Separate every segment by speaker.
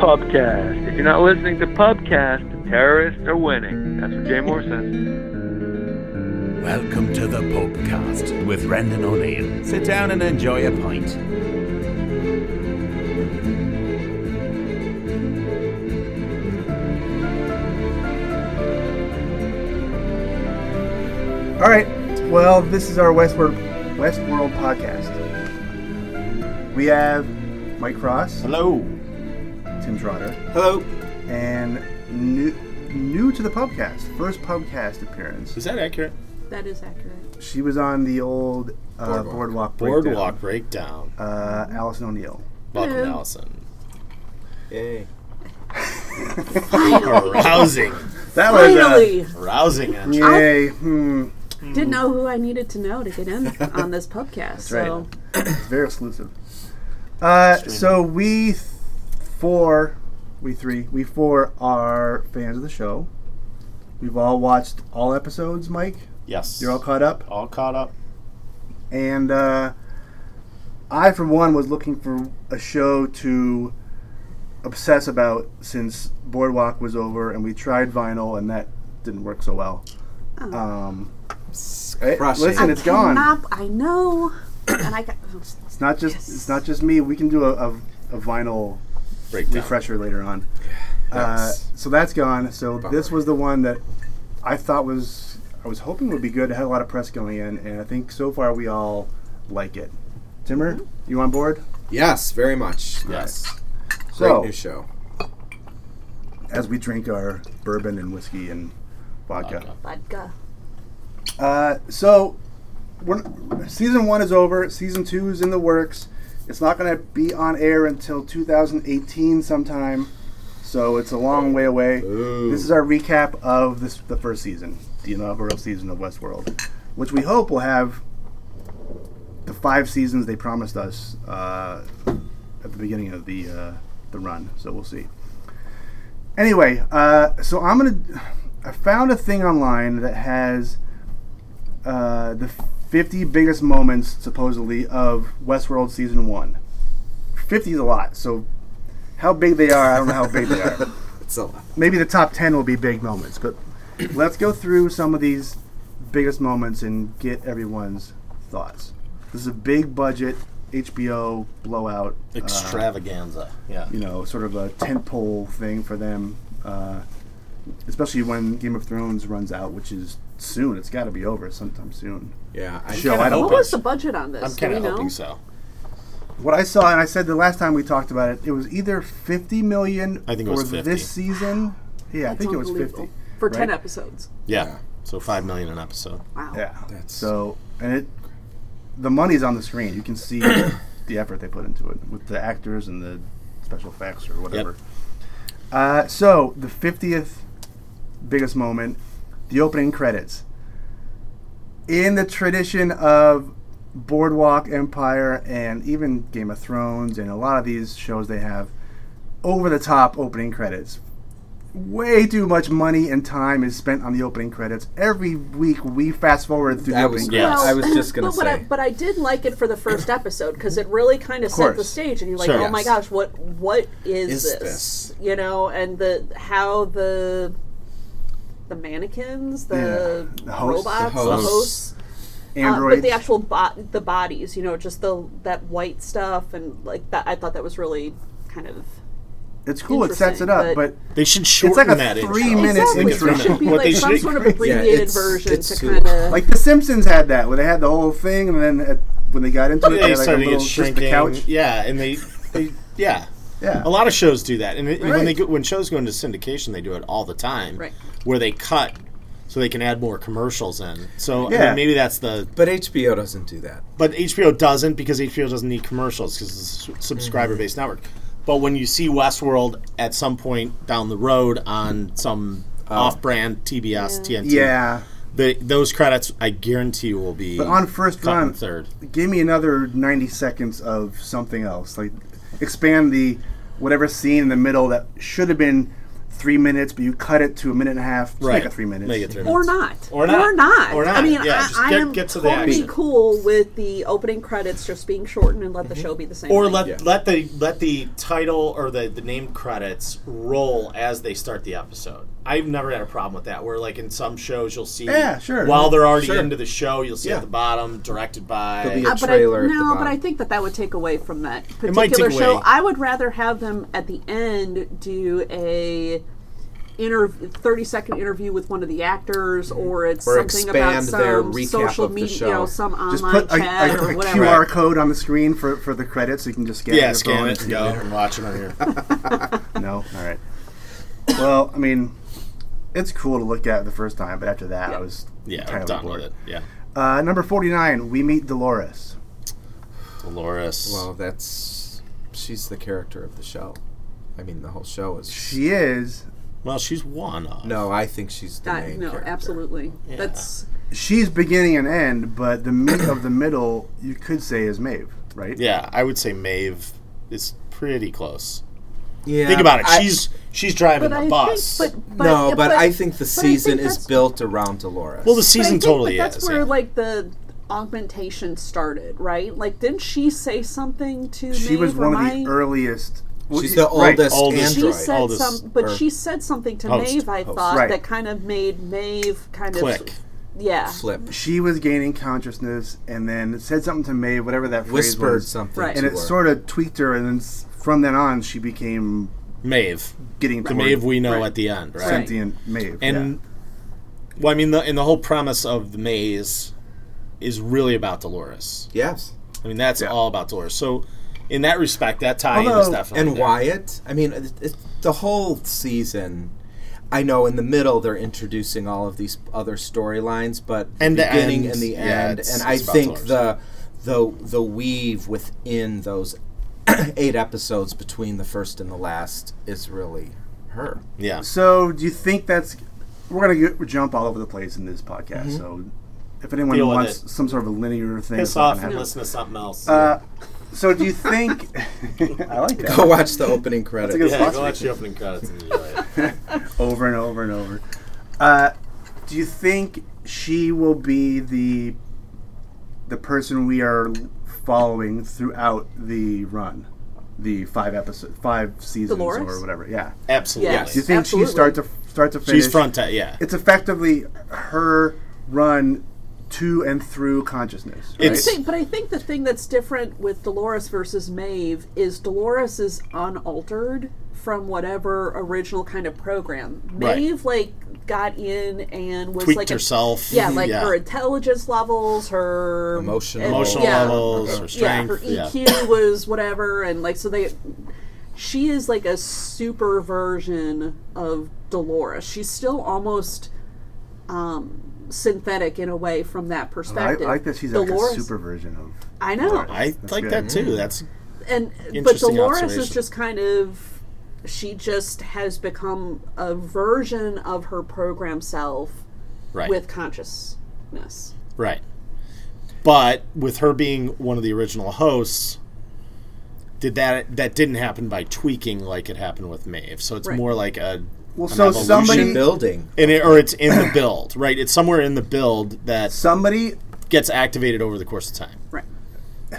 Speaker 1: Pubcast. If you're not listening to Pubcast, terrorists are winning. That's what Jay Moore says.
Speaker 2: Welcome to the Popecast with Brendan O'Neill. Sit down and enjoy a pint.
Speaker 3: All right. Well, this is our Westward Westworld podcast. We have Mike Cross,
Speaker 2: Hello.
Speaker 3: Tim Trotter,
Speaker 4: Hello.
Speaker 3: and new new to the podcast, first podcast appearance.
Speaker 4: Is that accurate?
Speaker 5: That is accurate.
Speaker 3: She was on the old uh, boardwalk.
Speaker 4: Boardwalk.
Speaker 3: Breakdown.
Speaker 4: Boardwalk breakdown.
Speaker 3: Uh, Allison O'Neill.
Speaker 4: Welcome,
Speaker 5: Hello.
Speaker 4: Allison.
Speaker 6: Yay.
Speaker 4: Rousing.
Speaker 3: That
Speaker 5: Finally,
Speaker 4: Rousing action.
Speaker 3: was uh, yay. Hmm,
Speaker 5: didn't know who I needed to know to get in on this podcast.
Speaker 3: right.
Speaker 5: So
Speaker 3: it's very exclusive. Uh, so we th- four, we three, we four are fans of the show. We've all watched all episodes, Mike.
Speaker 4: Yes.
Speaker 3: You're all caught up.
Speaker 4: All caught up.
Speaker 3: and uh, I, for one, was looking for a show to obsess about since Boardwalk was over, and we tried vinyl, and that didn't work so well. Um, eh,
Speaker 6: crushing.
Speaker 3: listen, it's gone.
Speaker 5: Cannot- Oh. I know, and I got. oh,
Speaker 3: It's not just it's not just me. We can do a, a, a vinyl
Speaker 4: Breakdown.
Speaker 3: refresher later on. Uh,
Speaker 6: Yes.
Speaker 3: so that's gone. So this was the one that I thought was I was hoping would be good. It had a lot of press going in, and I think so far we all like it. Timmer,
Speaker 6: Mm-hmm.
Speaker 3: you on board?
Speaker 6: Yes, very much.
Speaker 4: Yes.
Speaker 6: Great
Speaker 3: So
Speaker 6: new show.
Speaker 3: as we drink our bourbon and whiskey and vodka,
Speaker 5: Vodka.
Speaker 3: uh, so we're, season one is over. Season two is in the works. It's not going to be on air until 2018 sometime, so it's a long way away. This is our recap of this, the first season, the inaugural season of Westworld, which we hope will have the five seasons they promised us uh, at the beginning of the uh, the run. So we'll see. Anyway, uh, so I'm gonna. I found a thing online that has uh, the 50 biggest moments supposedly of Westworld season one. 50 is a lot. So how big they are, I don't know how big they are
Speaker 6: It's a lot.
Speaker 3: maybe the top 10 will be big moments, but let's go through some of these biggest moments and get everyone's thoughts. This is a big budget HBO blowout, uh,
Speaker 4: Extravaganza. Yeah.
Speaker 3: you know, sort of a tentpole thing for them, uh, especially when Game of Thrones runs out, which is soon. It's got to be over sometime soon.
Speaker 6: Yeah. I,
Speaker 3: Show, I don't
Speaker 5: What
Speaker 3: think-
Speaker 5: was the budget on this?
Speaker 4: I'm
Speaker 5: Do
Speaker 4: kind
Speaker 5: we
Speaker 4: of
Speaker 5: know?
Speaker 4: hoping so.
Speaker 3: What I saw, and I said the last time we talked about it, it was either 50 million
Speaker 4: I think it
Speaker 3: for
Speaker 4: was 50.
Speaker 3: this season. Yeah, I
Speaker 5: That's
Speaker 3: think it was 50.
Speaker 5: unbelievable. for ten
Speaker 3: right?
Speaker 5: episodes.
Speaker 4: Yeah. So five million an episode.
Speaker 5: Wow.
Speaker 3: Yeah.
Speaker 6: That's-
Speaker 3: so, and it, the money's on the screen. You can see the effort they put into it with the actors and the special effects or whatever. Uh, so, the 50th biggest moment, the opening credits. In the tradition of Boardwalk Empire and even Game of Thrones and a lot of these shows, they have over the top opening credits way too much money and time is spent on the opening credits. Every week we fast forward through the
Speaker 6: That
Speaker 3: opening
Speaker 6: was
Speaker 3: credits.
Speaker 4: Yes.
Speaker 6: I was just gonna
Speaker 5: but what I,
Speaker 6: say.
Speaker 5: but I did like it for the first episode because it really kind of
Speaker 3: course.
Speaker 5: set the stage, and you're like,
Speaker 4: Sure.
Speaker 5: oh my
Speaker 6: Yes.
Speaker 5: gosh, what what is,
Speaker 6: Is
Speaker 5: this?
Speaker 6: this?
Speaker 5: You know, and the how the the mannequins, the
Speaker 3: Yeah. The hosts.
Speaker 5: robots,
Speaker 6: The
Speaker 5: the
Speaker 6: hosts.
Speaker 5: hosts Um,
Speaker 3: Androids.
Speaker 5: but the actual bo- the bodies, you know, just the that white stuff and like that. I thought that was really kind of
Speaker 3: it's cool. It sets it up,
Speaker 5: interesting,
Speaker 3: but
Speaker 5: but-
Speaker 4: They should
Speaker 3: like
Speaker 4: shorten
Speaker 3: a
Speaker 4: that
Speaker 3: three
Speaker 4: intro.
Speaker 3: minute It's like a
Speaker 5: exactly. There
Speaker 3: three-minute-
Speaker 5: should be
Speaker 4: What
Speaker 5: like
Speaker 4: they
Speaker 5: some
Speaker 4: should-
Speaker 5: sort of abbreviated
Speaker 6: it's-
Speaker 5: version
Speaker 6: it's
Speaker 5: to
Speaker 6: too-
Speaker 5: kind of
Speaker 3: like The Simpsons had that where they had the whole thing, and then at, when they got into it,
Speaker 4: Yeah,
Speaker 3: they
Speaker 4: they
Speaker 3: had like a
Speaker 4: started to
Speaker 3: little
Speaker 4: get
Speaker 3: just the
Speaker 4: shrinking.
Speaker 3: couch.
Speaker 4: Yeah, and they, they yeah.
Speaker 3: Yeah.
Speaker 4: A lot of shows do that, and it,
Speaker 3: Right.
Speaker 4: when they go, when shows go into syndication, they do it all the time.
Speaker 5: Right.
Speaker 4: Where they cut so they can add more commercials in. So I
Speaker 3: Yeah.
Speaker 4: mean, maybe that's the
Speaker 6: but HBO doesn't do that.
Speaker 4: But HBO doesn't because HBO doesn't need commercials because it's a subscriber based
Speaker 3: Mm-hmm.
Speaker 4: network. But when you see Westworld at some point down the road on some off brand TBS, TNT,
Speaker 3: Oh. Yeah.
Speaker 4: the, those credits I guarantee you will be
Speaker 3: But on first
Speaker 4: cut in
Speaker 3: run,
Speaker 4: third.
Speaker 3: give me another 90 seconds of something else. Like, expand the whatever scene in the middle that should have been three minutes, but you cut it to a minute and a half. Just
Speaker 4: Right.
Speaker 3: Make it three minutes.
Speaker 4: Make it three
Speaker 5: Or
Speaker 4: minutes.
Speaker 5: not.
Speaker 4: Or not.
Speaker 5: Or not.
Speaker 4: Or not.
Speaker 5: I mean,
Speaker 4: Yeah,
Speaker 5: I,
Speaker 4: just
Speaker 5: I
Speaker 4: get-
Speaker 5: am
Speaker 4: get to the
Speaker 5: totally
Speaker 4: action.
Speaker 5: cool with the opening credits just being shortened and let
Speaker 3: Mm-hmm.
Speaker 5: the show be the same.
Speaker 4: Or
Speaker 5: length.
Speaker 4: let
Speaker 6: Yeah.
Speaker 4: let the let the title or the, the name credits roll as they start the episode. I've never had a problem with that. Where like in some shows you'll see
Speaker 3: Yeah, sure.
Speaker 4: while they're already
Speaker 6: Sure.
Speaker 4: into the show, you'll see
Speaker 6: Yeah.
Speaker 4: at the bottom
Speaker 6: There'll
Speaker 4: directed by
Speaker 6: be a-
Speaker 5: Uh, but
Speaker 6: trailer
Speaker 5: I,
Speaker 6: at the
Speaker 5: no, but
Speaker 6: bottom.
Speaker 5: I think that that would take away from that
Speaker 4: It might
Speaker 5: particular
Speaker 4: take
Speaker 5: show.
Speaker 4: away.
Speaker 5: I would rather have them at the end do a interv- thirty second interview with one of the actors, or it's
Speaker 6: Mm-hmm. Or
Speaker 5: something about
Speaker 6: expand their
Speaker 5: some
Speaker 6: recap
Speaker 5: social
Speaker 6: of the
Speaker 5: media, you
Speaker 6: show.
Speaker 5: know, some
Speaker 3: Just
Speaker 5: online
Speaker 3: put a,
Speaker 5: chat
Speaker 3: a-
Speaker 5: or
Speaker 3: a
Speaker 5: whatever.
Speaker 3: QR code on the screen for, for the credits, so you can just scan.
Speaker 4: yeah,
Speaker 3: your
Speaker 4: scan
Speaker 3: phone
Speaker 4: it and
Speaker 3: and
Speaker 4: go and watch it on here.
Speaker 3: No, all right. Well, I mean, it's cool to look at the first time, but after that, I was
Speaker 4: Yeah,
Speaker 3: kind
Speaker 4: I'm
Speaker 3: of
Speaker 4: done
Speaker 3: bored.
Speaker 4: with it. Yeah,
Speaker 3: Uh, number forty-nine, we meet Dolores.
Speaker 4: Dolores.
Speaker 6: Well, that's she's the character of the show. I mean, the whole show is.
Speaker 3: She is.
Speaker 4: Well, she's one. Of.
Speaker 6: no, I think she's the
Speaker 5: Uh,
Speaker 6: main
Speaker 5: no,
Speaker 6: character.
Speaker 5: absolutely. That's
Speaker 3: She's beginning and end, but the meat of the middle, you could say, is Maeve, right?
Speaker 4: Yeah, I would say Maeve is pretty close.
Speaker 6: Yeah,
Speaker 4: Think about it.
Speaker 6: I-
Speaker 4: she's she's driving
Speaker 5: but
Speaker 4: the
Speaker 5: I
Speaker 4: bus.
Speaker 5: think, but, but
Speaker 6: no, but,
Speaker 5: but
Speaker 6: I think the
Speaker 5: I think
Speaker 6: season is
Speaker 5: that's-
Speaker 6: built around Dolores.
Speaker 4: well, the
Speaker 5: But I
Speaker 4: season
Speaker 5: think-
Speaker 4: totally
Speaker 5: but that's
Speaker 4: is.
Speaker 5: where
Speaker 4: yeah.
Speaker 5: like the augmentation started, right? Like, didn't she say something to
Speaker 3: She was
Speaker 5: Maeve,
Speaker 3: one
Speaker 5: or
Speaker 3: of
Speaker 5: my-
Speaker 3: the earliest. well,
Speaker 6: she's
Speaker 3: y-
Speaker 6: the
Speaker 3: right.
Speaker 6: oldest
Speaker 4: Oldest.
Speaker 5: She
Speaker 6: android.
Speaker 5: said
Speaker 4: All this-
Speaker 5: some, but
Speaker 6: or-
Speaker 5: she said something to
Speaker 4: Host.
Speaker 5: Maeve. I thought
Speaker 3: Right.
Speaker 5: that kind of made Maeve kind
Speaker 4: Click.
Speaker 5: of yeah.
Speaker 6: Flip
Speaker 3: She was gaining consciousness, and then said something to Maeve, whatever that phrase
Speaker 6: whispered
Speaker 3: was,
Speaker 6: something,
Speaker 5: Right.
Speaker 3: and
Speaker 6: to
Speaker 3: it
Speaker 6: her.
Speaker 3: sort of tweaked her, and then s- from then on, she became
Speaker 4: Maeve,
Speaker 3: getting
Speaker 4: the
Speaker 3: toward
Speaker 4: Maeve we know at the end, right?
Speaker 5: Right.
Speaker 3: sentient Maeve. yeah.
Speaker 4: And well, I mean, the, and the whole premise of the maze is really about Dolores.
Speaker 6: yes,
Speaker 4: I mean, that's all about Dolores. So, in that respect, that tie-in is
Speaker 6: Although-
Speaker 4: definitely
Speaker 6: Oh, and
Speaker 4: there.
Speaker 6: Wyatt. I mean, it, it, the whole season. I know in the middle they're introducing all of these other storylines, but
Speaker 4: And
Speaker 6: the
Speaker 4: the
Speaker 6: beginning
Speaker 4: end,
Speaker 6: and the
Speaker 4: yeah,
Speaker 6: end,
Speaker 4: it's-
Speaker 6: and
Speaker 4: it's
Speaker 6: I
Speaker 4: about
Speaker 6: think
Speaker 4: Dolores.
Speaker 6: the the the weave within those eight episodes between the first and the last is really her.
Speaker 4: Yeah,
Speaker 3: So, do you think that's we're gonna get, jump all over the place in this podcast? So, if anyone
Speaker 4: Deal with
Speaker 3: wants
Speaker 4: it.
Speaker 3: some sort of a linear thing,
Speaker 4: piss
Speaker 3: it's not
Speaker 4: off
Speaker 3: gonna
Speaker 4: and
Speaker 3: happen.
Speaker 4: listen to something else.
Speaker 3: Uh, so, do you think? I like that
Speaker 6: Go watch the opening credits.
Speaker 3: good-
Speaker 4: yeah,
Speaker 3: watch
Speaker 4: go
Speaker 3: me.
Speaker 4: watch the opening credits and enjoy it.
Speaker 3: over and over and over. Uh, do you think she will be the the person we are following throughout the run, the five episode, five seasons
Speaker 5: Dolores?
Speaker 3: or whatever? Yeah.
Speaker 4: Absolutely.
Speaker 5: Yes.
Speaker 3: Do you think
Speaker 5: Absolutely.
Speaker 3: she start to start to finish?
Speaker 4: She's front. T- yeah,
Speaker 3: it's effectively her run to and through consciousness. Right?
Speaker 4: It's-
Speaker 5: See, but I think the thing that's different with Dolores versus Maeve is Dolores is unaltered from whatever original kind of program.
Speaker 4: Right.
Speaker 5: Maeve like got in and was
Speaker 4: tweaked
Speaker 5: like a-
Speaker 4: herself.
Speaker 5: yeah, like her intelligence levels, her
Speaker 6: Emotional.
Speaker 5: and-
Speaker 4: emotional
Speaker 5: yeah. E
Speaker 4: levels, her strength.
Speaker 5: Yeah,
Speaker 4: Yeah,
Speaker 5: her EQ was whatever, and like so they. She is like a super version of Dolores. She's still almost um, synthetic in a way from that
Speaker 3: I, I
Speaker 5: perspective.
Speaker 3: like that she's like a super version of.
Speaker 5: I know,
Speaker 4: I like
Speaker 3: good.
Speaker 4: that too. That's
Speaker 5: and but
Speaker 4: Interesting
Speaker 5: Dolores is
Speaker 4: observation.
Speaker 5: just kind of. She just has become a version of her program self
Speaker 4: right.
Speaker 5: with consciousness.
Speaker 4: Right. But with her being one of the original hosts, did that that didn't happen by tweaking like it happened with Maeve. So it's
Speaker 5: Right.
Speaker 4: more like a
Speaker 3: Well,
Speaker 4: an
Speaker 3: so
Speaker 4: evolution.
Speaker 3: somebody-
Speaker 6: building.
Speaker 4: and it, or it's in the build, right? It's somewhere in the build that
Speaker 3: Somebody
Speaker 4: gets activated over the course of time.
Speaker 5: Right.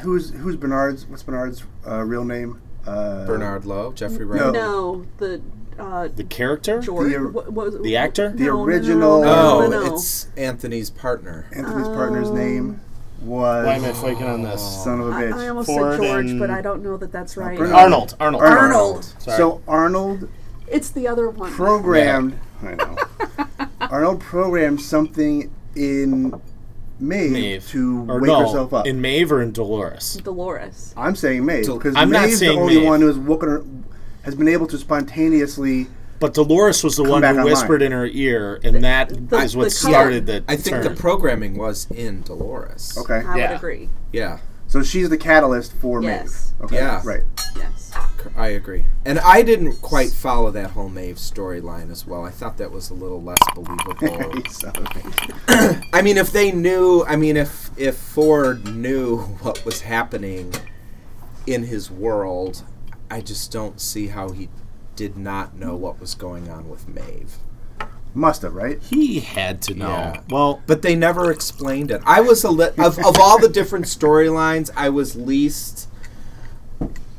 Speaker 3: who's who's Bernard's? What's Bernard's uh, real name? Uh,
Speaker 6: Bernard Lowe, Jeffrey Wright.
Speaker 3: No.
Speaker 5: No, the uh,
Speaker 4: The character?
Speaker 5: George,
Speaker 3: The Oh. or-
Speaker 5: what was
Speaker 4: The actor?
Speaker 3: The
Speaker 5: No, no,
Speaker 3: original-
Speaker 5: no, no,
Speaker 6: Oh,
Speaker 5: no, no.
Speaker 6: it's Anthony's partner.
Speaker 3: Anthony's partner's name
Speaker 4: Um, Why am I
Speaker 3: was
Speaker 4: flaking on this?
Speaker 3: son of a bitch.
Speaker 5: I almost
Speaker 4: Ford
Speaker 5: said George,
Speaker 4: and-
Speaker 5: but I don't know that that's right. Oh,
Speaker 3: Bernard.
Speaker 4: Arnold. Arnold.
Speaker 5: Arnold.
Speaker 4: Sorry.
Speaker 3: So Arnold
Speaker 5: It's the other one.
Speaker 3: programmed. I know. Arnold programmed something in Maeve,
Speaker 4: Maeve.
Speaker 3: to
Speaker 4: Or
Speaker 3: wake
Speaker 4: no,
Speaker 3: herself up.
Speaker 4: In Maeve or in Dolores?
Speaker 5: Dolores.
Speaker 3: I'm saying Maeve because
Speaker 4: I'm not
Speaker 3: Maeve's the
Speaker 4: saying
Speaker 3: only
Speaker 4: Maeve.
Speaker 3: one who has woken her, has been able to spontaneously.
Speaker 4: But Dolores was the one
Speaker 3: back
Speaker 4: who
Speaker 3: online.
Speaker 4: whispered in her ear, and that is
Speaker 5: the-
Speaker 4: what
Speaker 5: the
Speaker 4: started the.
Speaker 6: I think the
Speaker 4: turn.
Speaker 6: programming was in Dolores.
Speaker 3: Okay,
Speaker 5: I
Speaker 4: Yeah.
Speaker 5: would agree.
Speaker 6: Yeah,
Speaker 3: so she's the catalyst for
Speaker 5: Yes.
Speaker 3: Maeve. Okay,
Speaker 6: Yeah.
Speaker 3: right.
Speaker 5: Yes.
Speaker 6: c- I agree. And I didn't quite follow that whole Maeve storyline as well. I thought that was a little less believable.
Speaker 3: So,
Speaker 6: I mean, if they knew, I mean, if if Ford knew what was happening in his world, I just don't see how he did not know what was going on with Maeve.
Speaker 3: Must have, right?
Speaker 4: He had to know.
Speaker 6: Yeah.
Speaker 4: Well,
Speaker 6: But they never explained it. I was a li- of of all the different storylines, I was least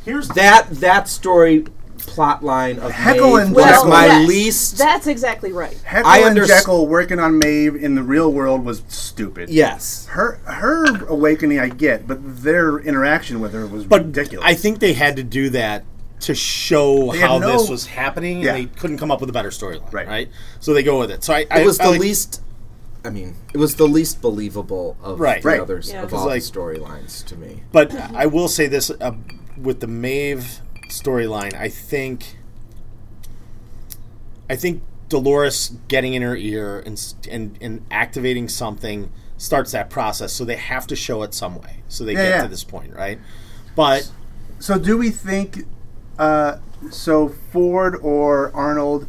Speaker 4: here's
Speaker 6: that that story plot line of
Speaker 3: Heckle
Speaker 6: Maeve
Speaker 3: and
Speaker 6: was
Speaker 3: Jekyll.
Speaker 6: my
Speaker 5: yes,
Speaker 6: least.
Speaker 5: That's exactly right.
Speaker 3: Heckle
Speaker 6: I
Speaker 3: and
Speaker 6: underst-
Speaker 3: Jekyll working on Maeve in the real world was stupid.
Speaker 6: yes,
Speaker 3: Her her awakening I get, but their interaction with her was
Speaker 4: but
Speaker 3: ridiculous.
Speaker 4: I think they had to do that to show
Speaker 3: had
Speaker 4: how
Speaker 3: no-
Speaker 4: this was happening,
Speaker 3: Yeah.
Speaker 4: and they couldn't come up with a better storyline,
Speaker 3: Right.
Speaker 4: right. So they go with it. So I, I
Speaker 6: it was
Speaker 4: I
Speaker 6: the
Speaker 4: like-
Speaker 6: least. I mean, it was the least believable of
Speaker 4: Right.
Speaker 6: the
Speaker 3: Right.
Speaker 6: others
Speaker 5: Yeah.
Speaker 6: of
Speaker 5: 'Cause,
Speaker 6: all
Speaker 4: like-
Speaker 6: the storylines to me.
Speaker 4: But I will say this uh, with the Maeve storyline, I think, I think Dolores getting in her ear and s- and and activating something starts that process. So they have to show it some way. So they
Speaker 3: Yeah,
Speaker 4: get
Speaker 3: yeah.
Speaker 4: to this point, right? But
Speaker 3: so do we think uh, so Ford or Arnold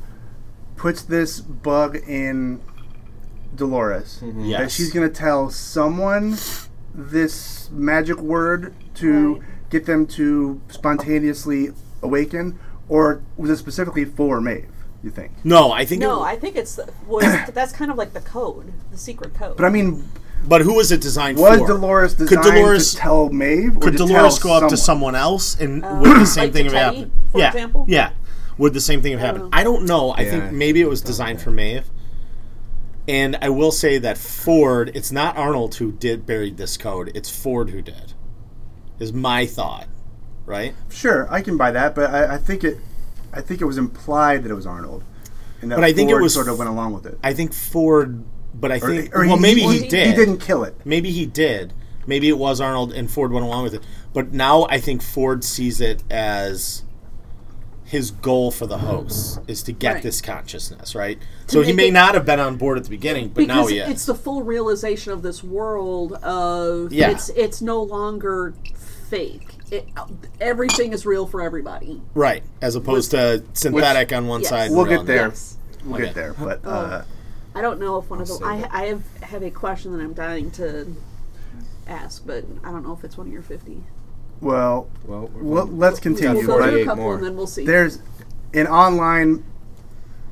Speaker 3: puts this bug in Dolores that
Speaker 4: Yes.
Speaker 3: she's gonna tell someone this magic word to get them to spontaneously awaken, or was it specifically for Maeve? You think?
Speaker 4: no, I think.
Speaker 5: No,
Speaker 4: it,
Speaker 5: I think it's was that's kind of like the code, the secret code.
Speaker 3: But I mean,
Speaker 4: but who was it designed
Speaker 3: was
Speaker 4: for?
Speaker 3: Dolores
Speaker 4: Could
Speaker 3: designed
Speaker 4: Dolores-
Speaker 3: to tell Maeve? Or
Speaker 4: Could
Speaker 3: to
Speaker 4: Dolores
Speaker 3: tell
Speaker 4: go up to someone else and would the same
Speaker 5: Uh, Like
Speaker 4: thing
Speaker 5: to
Speaker 4: have
Speaker 5: Teddy,
Speaker 4: happened?
Speaker 5: for
Speaker 4: yeah.
Speaker 5: example?
Speaker 4: Yeah. Would the same thing have happened? I don't know. I
Speaker 6: I
Speaker 4: think maybe it was designed for Maeve. And I will say that Ford, it's not Arnold who did buried this code, it's Ford who did. Is my thought. Right?
Speaker 3: Sure, I can buy that, but I, I think it, I think it was implied that it was Arnold, and that
Speaker 4: But I think it
Speaker 3: Ford
Speaker 4: was-
Speaker 3: sort of went along with it.
Speaker 4: I think Ford but I think
Speaker 3: or
Speaker 4: well maybe he,
Speaker 5: he
Speaker 4: did.
Speaker 3: He didn't kill it.
Speaker 4: Maybe he did. Maybe it was Arnold and Ford went along with it. But now I think Ford sees it as his goal for the host is to get
Speaker 5: Right.
Speaker 4: this consciousness, right? so he
Speaker 5: make
Speaker 4: may
Speaker 5: it-
Speaker 4: not have been on board at the beginning, but now
Speaker 5: because
Speaker 4: he
Speaker 5: it's
Speaker 4: is.
Speaker 5: the full realization of this world of
Speaker 4: Yeah.
Speaker 5: it's it's no longer fake. It, everything is real for everybody.
Speaker 4: right. As opposed to synthetic on one
Speaker 5: yes.
Speaker 4: side. and
Speaker 3: We'll
Speaker 4: real
Speaker 3: get
Speaker 4: on the
Speaker 3: there.
Speaker 4: other.
Speaker 5: Yes.
Speaker 3: We'll
Speaker 4: Okay.
Speaker 3: get there, but uh,
Speaker 5: I don't know if one of the
Speaker 6: say
Speaker 5: I
Speaker 6: that.
Speaker 5: I have have a question that I'm dying to ask, but I don't know if it's one of your fifty.
Speaker 3: well,
Speaker 6: Well, we're
Speaker 3: well, let's
Speaker 5: We'll
Speaker 3: continue.
Speaker 5: go through a
Speaker 6: 48
Speaker 5: couple
Speaker 6: more.
Speaker 5: and then we'll see.
Speaker 3: but there's an online.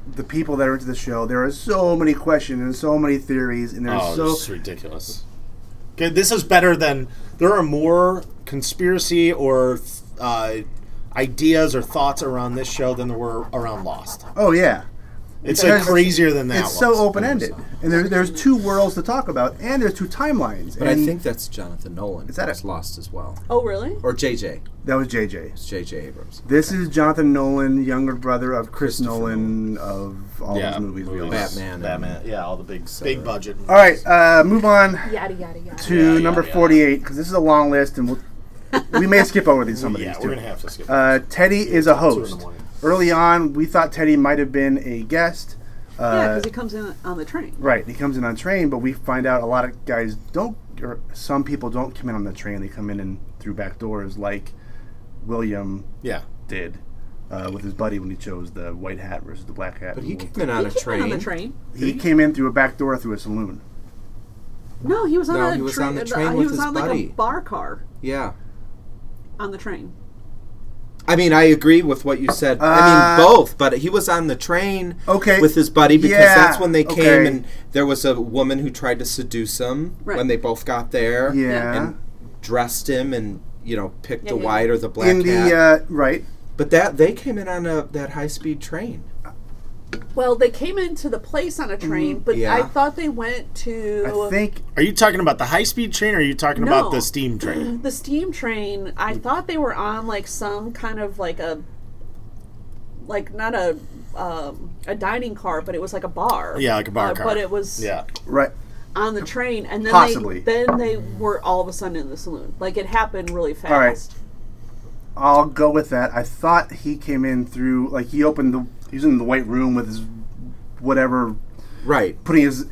Speaker 3: The people that are into the show, there are so many questions and so many theories, and there's
Speaker 4: Oh,
Speaker 3: so
Speaker 4: this is ridiculous. Okay, this is better than there are more conspiracy or uh, ideas or thoughts around this show than there were around Lost.
Speaker 3: oh yeah,
Speaker 4: It's like
Speaker 3: There's-
Speaker 4: crazier than that.
Speaker 3: it's
Speaker 4: was.
Speaker 3: so open ended, and there, there's two worlds to talk about, and there's two timelines.
Speaker 6: But
Speaker 3: and
Speaker 6: I think that's Jonathan Nolan. Is
Speaker 3: that a-
Speaker 6: Lost as well?
Speaker 5: oh really?
Speaker 6: Or JJ?
Speaker 3: that was JJ.
Speaker 6: It's JJ Abrams.
Speaker 3: This is Jonathan Nolan, younger brother of Chris
Speaker 6: Christopher
Speaker 3: Nolan of all
Speaker 4: Yeah,
Speaker 3: his movies. we love.
Speaker 6: Batman. and-
Speaker 4: Batman. Yeah, all the big big budget.
Speaker 3: All right, uh, move on
Speaker 5: Yada yada yada.
Speaker 3: to
Speaker 4: Yeah,
Speaker 3: number
Speaker 4: yeah, yeah.
Speaker 3: forty-eight because this is a long list, and we'll, we may skip over these some of
Speaker 4: Yeah,
Speaker 3: these
Speaker 4: we're
Speaker 3: too.
Speaker 4: gonna have to skip.
Speaker 3: Uh, Teddy is a host.
Speaker 4: morning.
Speaker 3: Early on, we thought Teddy might have been a guest.
Speaker 5: Yeah,
Speaker 3: Uh,
Speaker 5: because he comes in on the train.
Speaker 3: right, he comes in on train, but we find out a lot of guys don't, or some people don't come in on the train. They come in and through back doors, like William
Speaker 4: yeah,
Speaker 3: did uh, with his buddy when he chose the white hat versus the black hat.
Speaker 6: But he came in on a
Speaker 5: He came in
Speaker 6: train.
Speaker 5: on the train.
Speaker 3: He came in through a back door through a saloon.
Speaker 5: No, he was on
Speaker 6: No,
Speaker 5: a
Speaker 6: he was
Speaker 5: train. uh,
Speaker 6: on the train
Speaker 5: he
Speaker 6: with
Speaker 5: was
Speaker 6: his
Speaker 5: on
Speaker 6: buddy.
Speaker 5: like a bar car
Speaker 6: Yeah.
Speaker 5: on the train.
Speaker 6: I mean, I agree with what you said. I
Speaker 3: Uh,
Speaker 6: mean, both, but he was on the train
Speaker 3: Okay.
Speaker 6: with his buddy because
Speaker 3: Yeah,
Speaker 6: that's when they came
Speaker 3: okay.
Speaker 6: and there was a woman who tried to seduce him
Speaker 5: Right.
Speaker 6: when they both got there.
Speaker 3: Yeah.
Speaker 6: And dressed him and, you know, picked
Speaker 5: Yeah,
Speaker 6: the
Speaker 5: yeah,
Speaker 6: white
Speaker 5: yeah.
Speaker 6: or the black
Speaker 3: In
Speaker 6: hat.
Speaker 3: the uh, right,
Speaker 6: but that they came in on a, that high speed train.
Speaker 5: Well, they came into the place on a train, but
Speaker 6: yeah.
Speaker 5: I thought they went to
Speaker 3: I think
Speaker 4: Are you talking about the high speed train or are you talking
Speaker 5: No.
Speaker 4: about the steam train?
Speaker 5: the steam train. I thought they were on like some kind of like a like not a um, a dining car, but it was like a bar.
Speaker 4: Yeah, like a bar
Speaker 5: Uh,
Speaker 4: car.
Speaker 5: But it was
Speaker 4: Yeah.
Speaker 3: right.
Speaker 5: on the train, and then
Speaker 3: Possibly.
Speaker 5: they, then they were all of a sudden in the saloon. Like it happened really fast.
Speaker 3: right. I'll go with that. I thought he came in through like he opened the he was in the white room with his whatever
Speaker 6: Right.
Speaker 3: putting his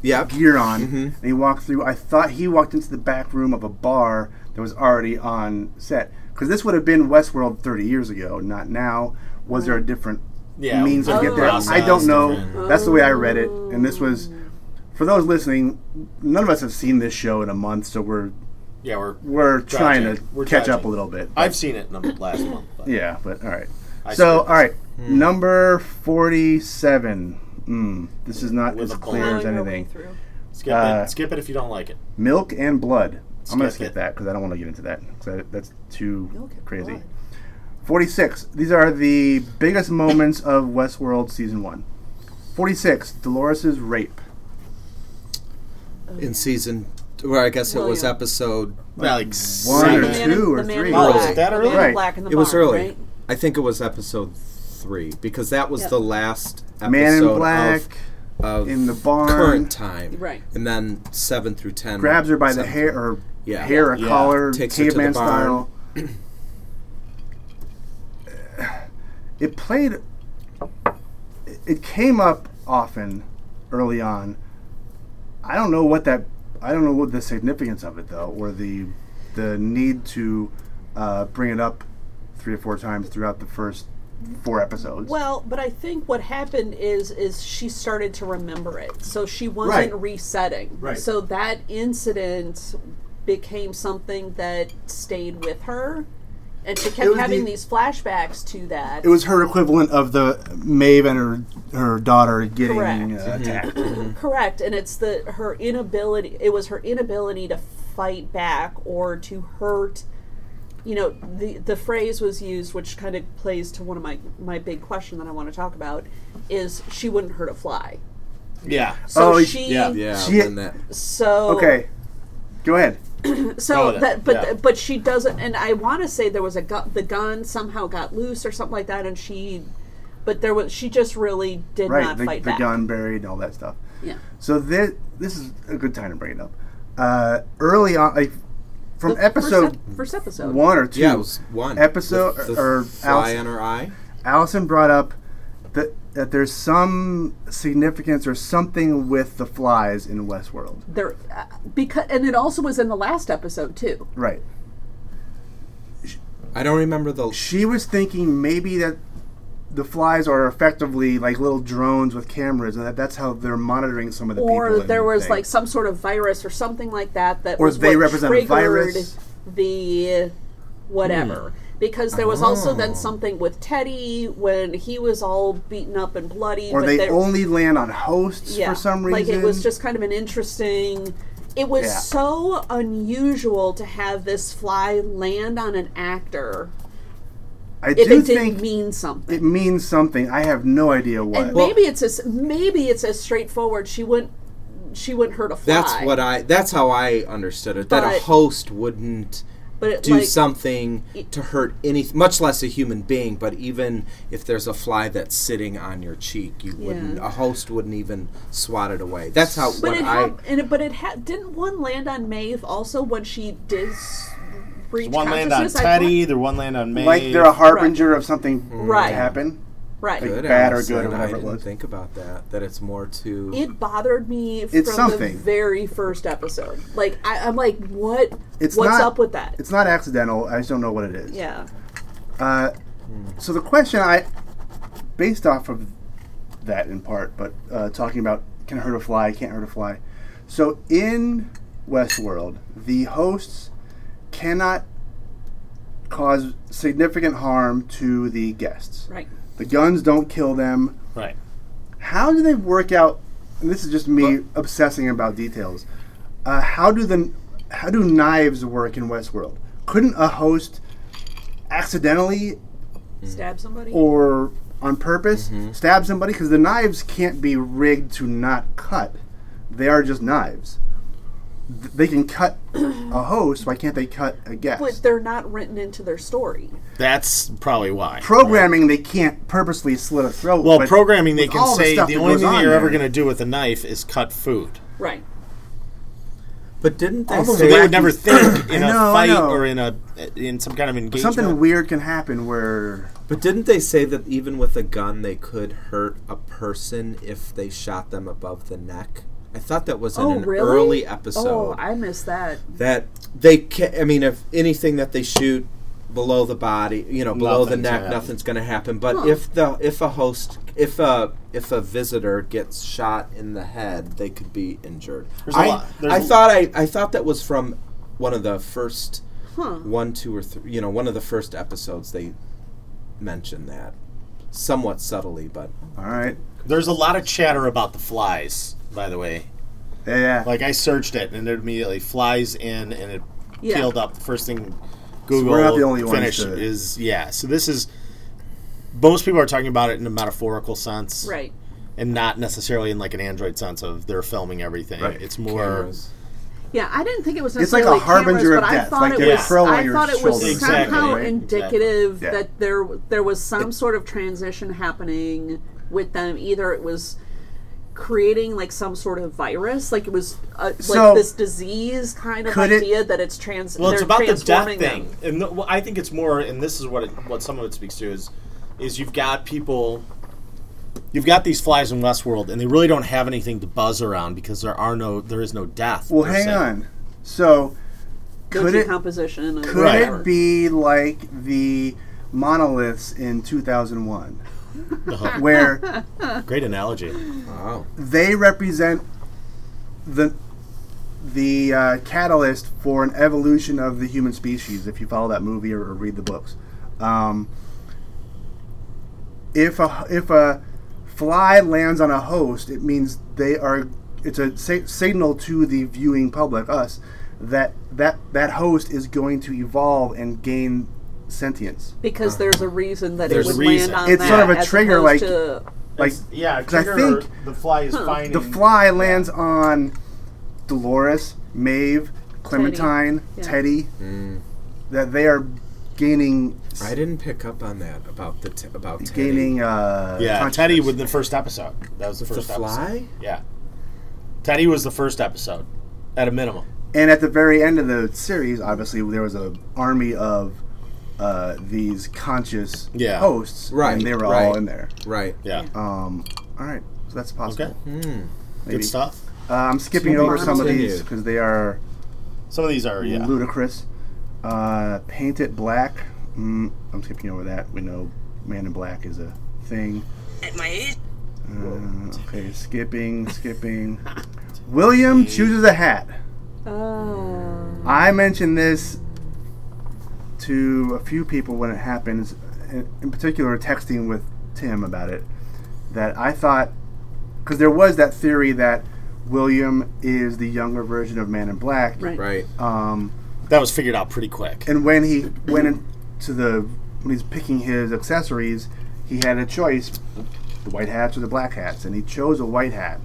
Speaker 6: Yep.
Speaker 3: gear on and he walked through. I thought he walked into the back room of a bar that was already on set because this would have been Westworld 30 years ago, not now. Was there a different
Speaker 4: Yeah,
Speaker 3: means to
Speaker 4: oh.
Speaker 3: get there? I don't
Speaker 4: process,
Speaker 3: know.
Speaker 4: different-
Speaker 3: That's the way I read it, and this was. For those listening, none of us have seen this show in a month, so we're
Speaker 4: Yeah, we're,
Speaker 3: we're trying to
Speaker 4: We're
Speaker 3: catch up
Speaker 4: dodging.
Speaker 3: a little bit.
Speaker 4: I've seen it in the last month. But
Speaker 3: Yeah, but all right.
Speaker 4: I
Speaker 3: so
Speaker 4: see.
Speaker 3: all right, Number 47. Mm, this is not
Speaker 4: With
Speaker 3: as
Speaker 4: a
Speaker 3: clear
Speaker 4: colon.
Speaker 3: as
Speaker 5: Plowing our way
Speaker 3: anything.
Speaker 5: through.
Speaker 4: Skip
Speaker 3: Uh,
Speaker 4: it. Skip it if you don't like it.
Speaker 3: Milk and blood. I'm going to
Speaker 4: Skip
Speaker 3: skip
Speaker 4: it.
Speaker 3: that because I don't want to get into that. 'cause that- that's too
Speaker 5: Milk and
Speaker 3: crazy.
Speaker 5: blood.
Speaker 3: 46. These are the biggest moments of Westworld Season 1. 46. Dolores' rape.
Speaker 6: in season, well, I guess it was
Speaker 5: William.
Speaker 6: episode.
Speaker 4: Well,
Speaker 3: One
Speaker 4: like
Speaker 5: The
Speaker 3: or
Speaker 4: seven.
Speaker 5: man in-
Speaker 3: two or
Speaker 5: the man in
Speaker 3: three.
Speaker 5: black.
Speaker 6: Oh, is
Speaker 4: that
Speaker 5: The
Speaker 4: early?
Speaker 5: man in
Speaker 3: Right.
Speaker 5: black in the
Speaker 6: It was
Speaker 5: barn,
Speaker 6: early.
Speaker 5: right?
Speaker 6: I think it was episode three because that was
Speaker 5: Yep.
Speaker 6: the last episode
Speaker 3: Man in Black.
Speaker 6: of, of
Speaker 3: in the barn.
Speaker 6: current time,
Speaker 5: Right.
Speaker 6: And then seven through ten
Speaker 3: grabs her by the
Speaker 6: seven-
Speaker 3: hair or
Speaker 6: Yeah.
Speaker 3: hair or
Speaker 4: Yeah.
Speaker 3: collar,
Speaker 6: Takes her to the
Speaker 3: caveman
Speaker 6: barn.
Speaker 3: style. it played. It came up often early on. I don't know what that. I don't know what the significance of it though, or the the need to uh, bring it up three or four times throughout the first four episodes.
Speaker 5: Well, but I think what happened is is she started to remember it, so she wasn't
Speaker 3: Right.
Speaker 5: resetting.
Speaker 3: Right.
Speaker 5: So that incident became something that stayed with her, and she kept
Speaker 3: was
Speaker 5: having
Speaker 3: the-
Speaker 5: these flashbacks to that.
Speaker 3: it was her equivalent of the Maeve and her her daughter getting
Speaker 5: Correct.
Speaker 6: Mm-hmm.
Speaker 3: uh, attacked.
Speaker 5: Correct, and it's the her inability. It was her inability to fight back or to hurt. You know, the the phrase was used, which kind of plays to one of my my big question that I want to talk about is she wouldn't hurt a fly.
Speaker 4: Yeah.
Speaker 5: So
Speaker 3: Oh,
Speaker 5: she,
Speaker 4: yeah.
Speaker 6: Yeah,
Speaker 3: She-
Speaker 6: when that
Speaker 5: so
Speaker 3: Okay, go ahead.
Speaker 4: Go
Speaker 5: So
Speaker 4: with it,
Speaker 5: that, but
Speaker 4: yeah.
Speaker 5: but she doesn't, and I want to say there was a gu- the gun somehow got loose or something like that, and she, but there was she just really did
Speaker 3: right
Speaker 5: not
Speaker 3: the,
Speaker 5: fight
Speaker 3: the
Speaker 5: back.
Speaker 3: gun buried and all that stuff
Speaker 5: Yeah,
Speaker 3: so this this is a good time to bring it up uh early on like from
Speaker 5: The
Speaker 3: episode
Speaker 5: first, ep- first episode.
Speaker 3: one or two
Speaker 6: yeah it was one
Speaker 3: episode
Speaker 6: with the
Speaker 3: or, or
Speaker 6: fly
Speaker 3: allison,
Speaker 6: on her eye.
Speaker 3: allison brought up that that there's some significance or something with the flies in westworld
Speaker 5: there uh, because and it also was in the last episode too.
Speaker 3: right
Speaker 6: I don't remember the
Speaker 3: she was thinking maybe that the flies are effectively like little drones with cameras and that that's how they're monitoring some of the people
Speaker 5: Or
Speaker 3: and
Speaker 5: there was
Speaker 3: things.
Speaker 5: like some sort of virus or something like that that
Speaker 3: Or
Speaker 5: was
Speaker 3: they
Speaker 5: what
Speaker 3: represent a virus. Hmm.
Speaker 5: triggered the whatever. Because there was also
Speaker 3: Oh.
Speaker 5: then something with Teddy when he was all beaten up and bloody.
Speaker 3: or
Speaker 5: but
Speaker 3: they
Speaker 5: there-
Speaker 3: only land on hosts for some reason
Speaker 5: Like it was just kind of an interesting. It was
Speaker 3: Yeah.
Speaker 5: so unusual to have this fly land on an actor
Speaker 3: I
Speaker 5: if
Speaker 3: do
Speaker 5: it didn't
Speaker 3: think
Speaker 5: mean
Speaker 3: it
Speaker 5: something.
Speaker 3: means something. I have no idea
Speaker 5: and
Speaker 3: what.
Speaker 5: maybe it's as maybe it's as straightforward. She wouldn't she wouldn't hurt a fly.
Speaker 6: that's what I that's how I understood it that
Speaker 5: But-
Speaker 6: a host wouldn't
Speaker 5: but it,
Speaker 6: do
Speaker 5: like,
Speaker 6: something to hurt any much less a human being but even if there's a fly that's sitting on your cheek you wouldn't
Speaker 5: Yeah.
Speaker 6: a host wouldn't even swat it away that's how
Speaker 5: But
Speaker 6: what
Speaker 5: it,
Speaker 6: I
Speaker 5: hap- and it but it ha- didn't one land on Maeve also when she did s- reach
Speaker 4: One land on
Speaker 5: consciousness. I
Speaker 4: Teddy. There one land on May.
Speaker 3: like they're a harbinger of something
Speaker 5: Right.
Speaker 3: to happen.
Speaker 5: thought- right.
Speaker 6: good
Speaker 3: bad or
Speaker 6: Allison,
Speaker 3: good or whatever
Speaker 6: I
Speaker 3: it
Speaker 6: didn't
Speaker 3: was.
Speaker 6: think about that that it's more to
Speaker 5: it bothered me from
Speaker 3: It's something.
Speaker 5: the very first episode. Like I, I'm like, what?
Speaker 3: It's
Speaker 5: what's
Speaker 3: not-
Speaker 5: up with that?
Speaker 3: It's not accidental. I just don't know what it is.
Speaker 5: yeah,
Speaker 3: Uh, so the question I, based off of that in part, but uh, talking about can hurt a fly, can't hurt a fly. So in Westworld, the hosts cannot cause significant harm to the guests.
Speaker 5: right.
Speaker 3: The guns don't kill them.
Speaker 4: right.
Speaker 3: how do they work out and this is just me obsessing about details uh, how do the how do knives work in westworld couldn't a host accidentally
Speaker 6: Mm.
Speaker 5: Stab somebody.
Speaker 3: or on purpose
Speaker 4: Mm-hmm.
Speaker 3: stab somebody because the knives can't be rigged to not cut they are just knives Th- they can cut a host why can't they cut a guest
Speaker 5: but they're not written into their story.
Speaker 4: That's probably why.
Speaker 3: programming they can't purposely slit a throat
Speaker 4: well,
Speaker 3: but
Speaker 4: programming they
Speaker 3: with
Speaker 4: can
Speaker 3: all the
Speaker 4: say the,
Speaker 3: stuff that
Speaker 4: only
Speaker 3: goes
Speaker 4: thing
Speaker 3: on
Speaker 4: you're ever
Speaker 3: there-
Speaker 4: going to do with a knife is cut food.
Speaker 5: Right.
Speaker 6: but didn't they
Speaker 4: So
Speaker 6: say
Speaker 4: they would never think in
Speaker 3: I
Speaker 4: a
Speaker 3: know, I
Speaker 4: fight
Speaker 3: know.
Speaker 4: or in a in some kind of engagement.
Speaker 3: something weird can happen where
Speaker 6: But didn't they say that even with a gun they could hurt a person if they shot them above the neck? I thought that was in
Speaker 5: oh,
Speaker 6: an
Speaker 5: really?
Speaker 6: early episode.
Speaker 5: Oh, I missed that.
Speaker 6: that they can I mean if anything that they shoot below the body, you know, below
Speaker 4: Nothing's
Speaker 6: the neck,
Speaker 4: gonna happen.
Speaker 6: nothing's going to happen. But
Speaker 5: Huh.
Speaker 6: if the if a host if a if a visitor gets shot in the head, they could be injured.
Speaker 4: There's a
Speaker 6: I
Speaker 4: lot- there's
Speaker 6: I
Speaker 4: a-
Speaker 6: thought I I thought that was from one of the first
Speaker 5: Huh.
Speaker 6: one, two, or three. You know, one of the first episodes they mentioned that. somewhat subtly, but
Speaker 3: All right.
Speaker 4: There's a lot of chatter about the flies, by the way.
Speaker 3: Yeah. yeah.
Speaker 4: Like I searched it and it immediately flies in and it
Speaker 5: Yeah.
Speaker 4: peeled up. The first thing Google
Speaker 3: we're not the only ones
Speaker 4: finished
Speaker 3: that-
Speaker 4: is yeah. So this is most people are talking about it in a metaphorical sense,
Speaker 5: Right.
Speaker 4: And not necessarily in like an Android sense of they're filming everything.
Speaker 3: Right.
Speaker 4: It's more
Speaker 6: cameras.
Speaker 5: Yeah, I didn't think it was
Speaker 3: It's like a
Speaker 5: necessarily
Speaker 3: harbinger of
Speaker 5: cameras, but
Speaker 3: death,
Speaker 5: I thought
Speaker 3: like
Speaker 5: it
Speaker 3: they would
Speaker 5: was,
Speaker 3: throw on
Speaker 5: I
Speaker 3: your
Speaker 5: thought it was
Speaker 3: shoulder.
Speaker 4: Exactly,
Speaker 5: somehow
Speaker 4: right?
Speaker 5: indicative
Speaker 3: Yeah.
Speaker 5: that there there was some sort of transition happening with them. Either it was creating like some sort of virus, like it was uh,
Speaker 3: So,
Speaker 5: like this disease kind of
Speaker 3: could it-
Speaker 5: idea that it's trans.
Speaker 4: Well, it's
Speaker 5: they're
Speaker 4: about the death
Speaker 5: transforming them.
Speaker 4: thing, and the, well, I think it's more. And this is what it, what some of it speaks to is is you've got people, you've got these flies in Westworld, and they really don't have anything to buzz around because there are no there is no death.
Speaker 3: Well,
Speaker 4: per
Speaker 3: hang
Speaker 4: se.
Speaker 3: on. So,
Speaker 5: No
Speaker 3: could it
Speaker 5: decomposition. and
Speaker 3: could
Speaker 4: Right.
Speaker 5: whatever.
Speaker 3: it be like the monoliths in 2001,
Speaker 4: Uh-huh.
Speaker 3: where
Speaker 4: Great analogy.
Speaker 6: Wow.
Speaker 3: they represent the the uh, catalyst for an evolution of the human species? If you follow that movie or, or read the books, um, if a if a fly lands on a host, it means they are. It's a sa- signal to the viewing public, us, that that that host is going to evolve and gain sentience.
Speaker 5: because there's a reason that it
Speaker 4: There's a
Speaker 5: would
Speaker 4: reason.
Speaker 5: land on
Speaker 3: Uh, It's
Speaker 5: that
Speaker 3: sort of a
Speaker 5: as
Speaker 3: trigger,
Speaker 5: opposed
Speaker 3: like-
Speaker 5: to-
Speaker 3: Like
Speaker 4: yeah,
Speaker 3: 'cause I trigger, think
Speaker 4: the fly is finding
Speaker 3: the fly lands on Dolores, Maeve, Clementine,
Speaker 5: Yeah.
Speaker 3: Teddy.
Speaker 4: Mm.
Speaker 3: That they are gaining
Speaker 6: I didn't pick up on that about the t- about Teddy.
Speaker 3: gaining. Uh,
Speaker 4: Yeah,
Speaker 3: consciousness.
Speaker 4: Teddy was the first episode. That was the
Speaker 6: the
Speaker 4: first episode.
Speaker 6: fly.
Speaker 4: Yeah, Teddy was the first episode, at a minimum.
Speaker 3: And at the very end of the series, obviously there was a army of uh, these conscious
Speaker 4: Yeah.
Speaker 3: hosts,
Speaker 6: Right,
Speaker 3: And they were all
Speaker 6: right.
Speaker 3: in there.
Speaker 6: Right.
Speaker 4: Yeah,
Speaker 3: Um, all right, so that's possible.
Speaker 4: Okay.
Speaker 6: Hmm.
Speaker 3: maybe.
Speaker 4: good stuff.
Speaker 3: Uh, I'm skipping
Speaker 6: To be
Speaker 3: over some of
Speaker 6: continued.
Speaker 3: these because they are
Speaker 4: Some of these are yeah.
Speaker 3: ludicrous. Uh, paint it black. Mm, I'm skipping over that. We know Man in Black is a thing.
Speaker 7: At my age,
Speaker 3: Uh, okay, skipping, skipping. William chooses a hat.
Speaker 5: Oh.
Speaker 3: I mentioned this to a few people when it happens, in, in particular texting with Tim about it, that I thought, because there was that theory that William is the younger version of Man in Black.
Speaker 5: Right.
Speaker 6: Right.
Speaker 3: Um,
Speaker 4: That was figured out pretty quick.
Speaker 3: and when he went into the, when he's picking his accessories, he had a choice the white hats or the black hats, and he chose a white hat.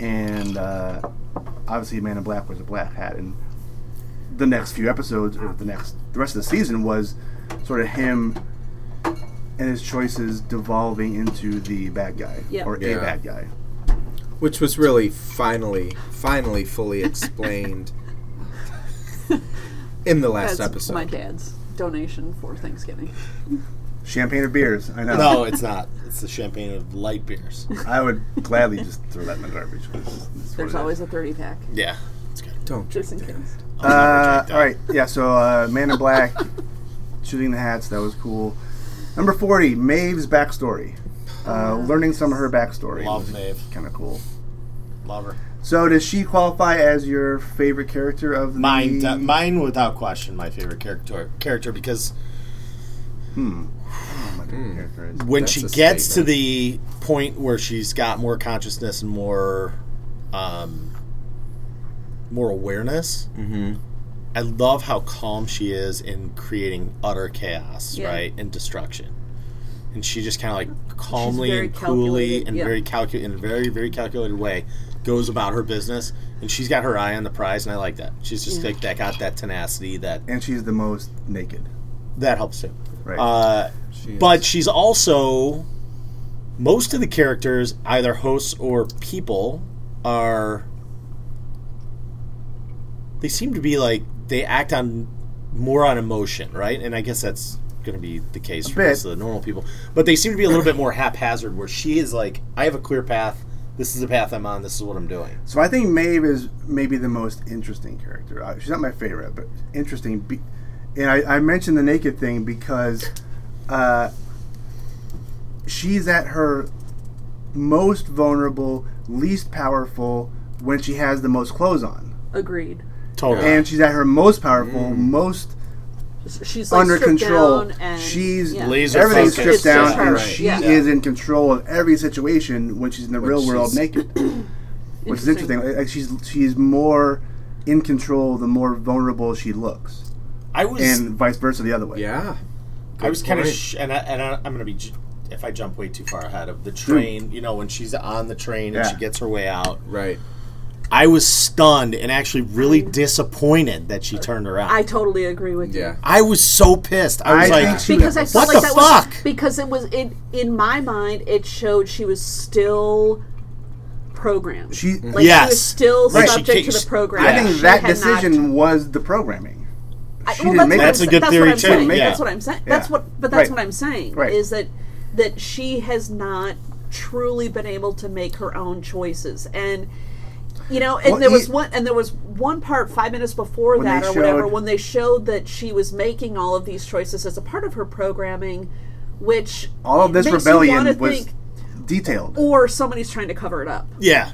Speaker 3: And uh, obviously, Man in Black was a black hat. And the next few episodes, or the next, the rest of the season was sort of him and his choices devolving into the bad guy
Speaker 5: Yeah.
Speaker 3: or
Speaker 6: Yeah.
Speaker 3: a bad guy.
Speaker 6: Which was really finally, finally fully explained in the last
Speaker 5: That's
Speaker 6: episode.
Speaker 5: uh, my dad's donation for Thanksgiving.
Speaker 3: Champagne or beers? I know.
Speaker 4: No, it's not. It's the champagne of light beers.
Speaker 3: I would gladly just throw that in the garbage. 'cause it's- it's what it
Speaker 5: There's
Speaker 3: is.
Speaker 5: always a 30 pack,
Speaker 4: Yeah, it's good.
Speaker 6: Don't
Speaker 5: just in case.
Speaker 3: Uh, all right, yeah. So uh, Man in Black, shooting the hats, that was cool. Number forty, Maeve's backstory, uh, learning some of her backstory.
Speaker 4: Love Maeve.
Speaker 3: kind of cool.
Speaker 4: Love her.
Speaker 3: So does she qualify as your favorite character of the?
Speaker 6: Mm.
Speaker 4: Mine, de- mine without question, my favorite character character because
Speaker 3: My favorite character is-
Speaker 4: when
Speaker 6: That's
Speaker 4: she
Speaker 6: a
Speaker 4: gets
Speaker 6: statement.
Speaker 4: to the point where she's got more consciousness and more, um, more awareness,
Speaker 6: Mm-hmm.
Speaker 4: I love how calm she is in creating utter chaos,
Speaker 5: Yeah.
Speaker 4: right, and destruction. And she just kind of like calmly
Speaker 5: very
Speaker 4: and coolly
Speaker 5: calculated,
Speaker 4: and
Speaker 5: yeah.
Speaker 4: very calculated in a very very calculated way goes about her business, and she's got her eye on the prize, and I like that. She's just
Speaker 5: Yeah.
Speaker 4: like that got that tenacity that
Speaker 3: and she's the most naked,
Speaker 4: that helps too.
Speaker 3: right?
Speaker 4: Uh,
Speaker 6: She
Speaker 4: but she's also most of the characters, either hosts or people, are they seem to be like they act on more on emotion, right? And I guess that's going to be the case for
Speaker 3: bit.
Speaker 4: most of the normal people. But they seem to be a little bit more haphazard, where she is like, "I have a clear path. This is the path I'm on. This is what I'm doing."
Speaker 3: so I think Maeve is maybe the most interesting character. Uh, She's not my favorite, but interesting. Be- and I, I mentioned the naked thing because uh, she's at her most vulnerable, least powerful when she has the most clothes on,
Speaker 5: Agreed.
Speaker 4: Totally.
Speaker 3: and she's at her most powerful, most
Speaker 5: She's like
Speaker 3: under
Speaker 5: stripped
Speaker 3: control.
Speaker 5: down and
Speaker 3: she's
Speaker 5: yeah.
Speaker 4: Laser
Speaker 3: everything's
Speaker 4: focused.
Speaker 3: stripped
Speaker 5: It's just
Speaker 3: down,
Speaker 5: her,
Speaker 3: and
Speaker 5: right.
Speaker 3: she
Speaker 5: Yeah.
Speaker 3: is in control of every situation when she's in the
Speaker 6: When
Speaker 3: real world
Speaker 6: she's-
Speaker 3: naked, which is interesting. Like she's she's more in control the more vulnerable she looks,
Speaker 4: I was
Speaker 3: and vice versa the other way.
Speaker 6: Yeah.
Speaker 4: I was
Speaker 6: Good
Speaker 4: kind of,
Speaker 6: point.
Speaker 4: sh- and I, and I, I'm gonna be, j- if I jump way too far ahead of the train, you know, when she's on the train and
Speaker 3: Yeah.
Speaker 4: she gets her way out,
Speaker 6: Right.
Speaker 4: I was stunned and actually really disappointed that she turned around.
Speaker 5: I
Speaker 4: I,
Speaker 5: totally agree with you.
Speaker 6: Yeah.
Speaker 4: was so pissed. I
Speaker 3: I
Speaker 4: was like,
Speaker 3: think she-
Speaker 5: because I felt
Speaker 4: What
Speaker 5: like
Speaker 4: the
Speaker 5: that was
Speaker 4: fuck?
Speaker 5: because it was in in my mind it showed she was still programmed.
Speaker 3: She,
Speaker 5: like she
Speaker 4: Yes.
Speaker 5: was still
Speaker 4: Right.
Speaker 5: subject
Speaker 4: She-
Speaker 5: to the
Speaker 4: she-
Speaker 5: program.
Speaker 4: I
Speaker 3: I think
Speaker 5: She
Speaker 3: that
Speaker 5: had not-
Speaker 3: decision was the programming.
Speaker 5: I-
Speaker 3: she
Speaker 5: well,
Speaker 3: didn't
Speaker 5: that's
Speaker 3: make
Speaker 5: what
Speaker 3: it.
Speaker 5: I'm
Speaker 4: That's a
Speaker 5: sa-
Speaker 4: good
Speaker 5: what
Speaker 4: theory,
Speaker 5: I'm
Speaker 4: too.
Speaker 5: saying.
Speaker 4: Yeah.
Speaker 5: That's what I'm saying. That's
Speaker 3: Yeah.
Speaker 5: what, but that's
Speaker 3: Right.
Speaker 5: what I'm saying
Speaker 3: Right.
Speaker 5: is that that she has not truly been able to make her own choices and. You know, and
Speaker 3: Well,
Speaker 5: there was
Speaker 3: e-
Speaker 5: one, and there was one part five minutes before
Speaker 3: When
Speaker 5: that,
Speaker 3: they
Speaker 5: or whatever,
Speaker 3: showed-
Speaker 5: when they showed that she was making all of these choices as a part of her programming, which
Speaker 3: All of this
Speaker 5: makes you wanna
Speaker 3: rebellion was
Speaker 5: think,
Speaker 3: detailed.
Speaker 4: Oh,
Speaker 5: or somebody's trying to cover it up.
Speaker 4: yeah,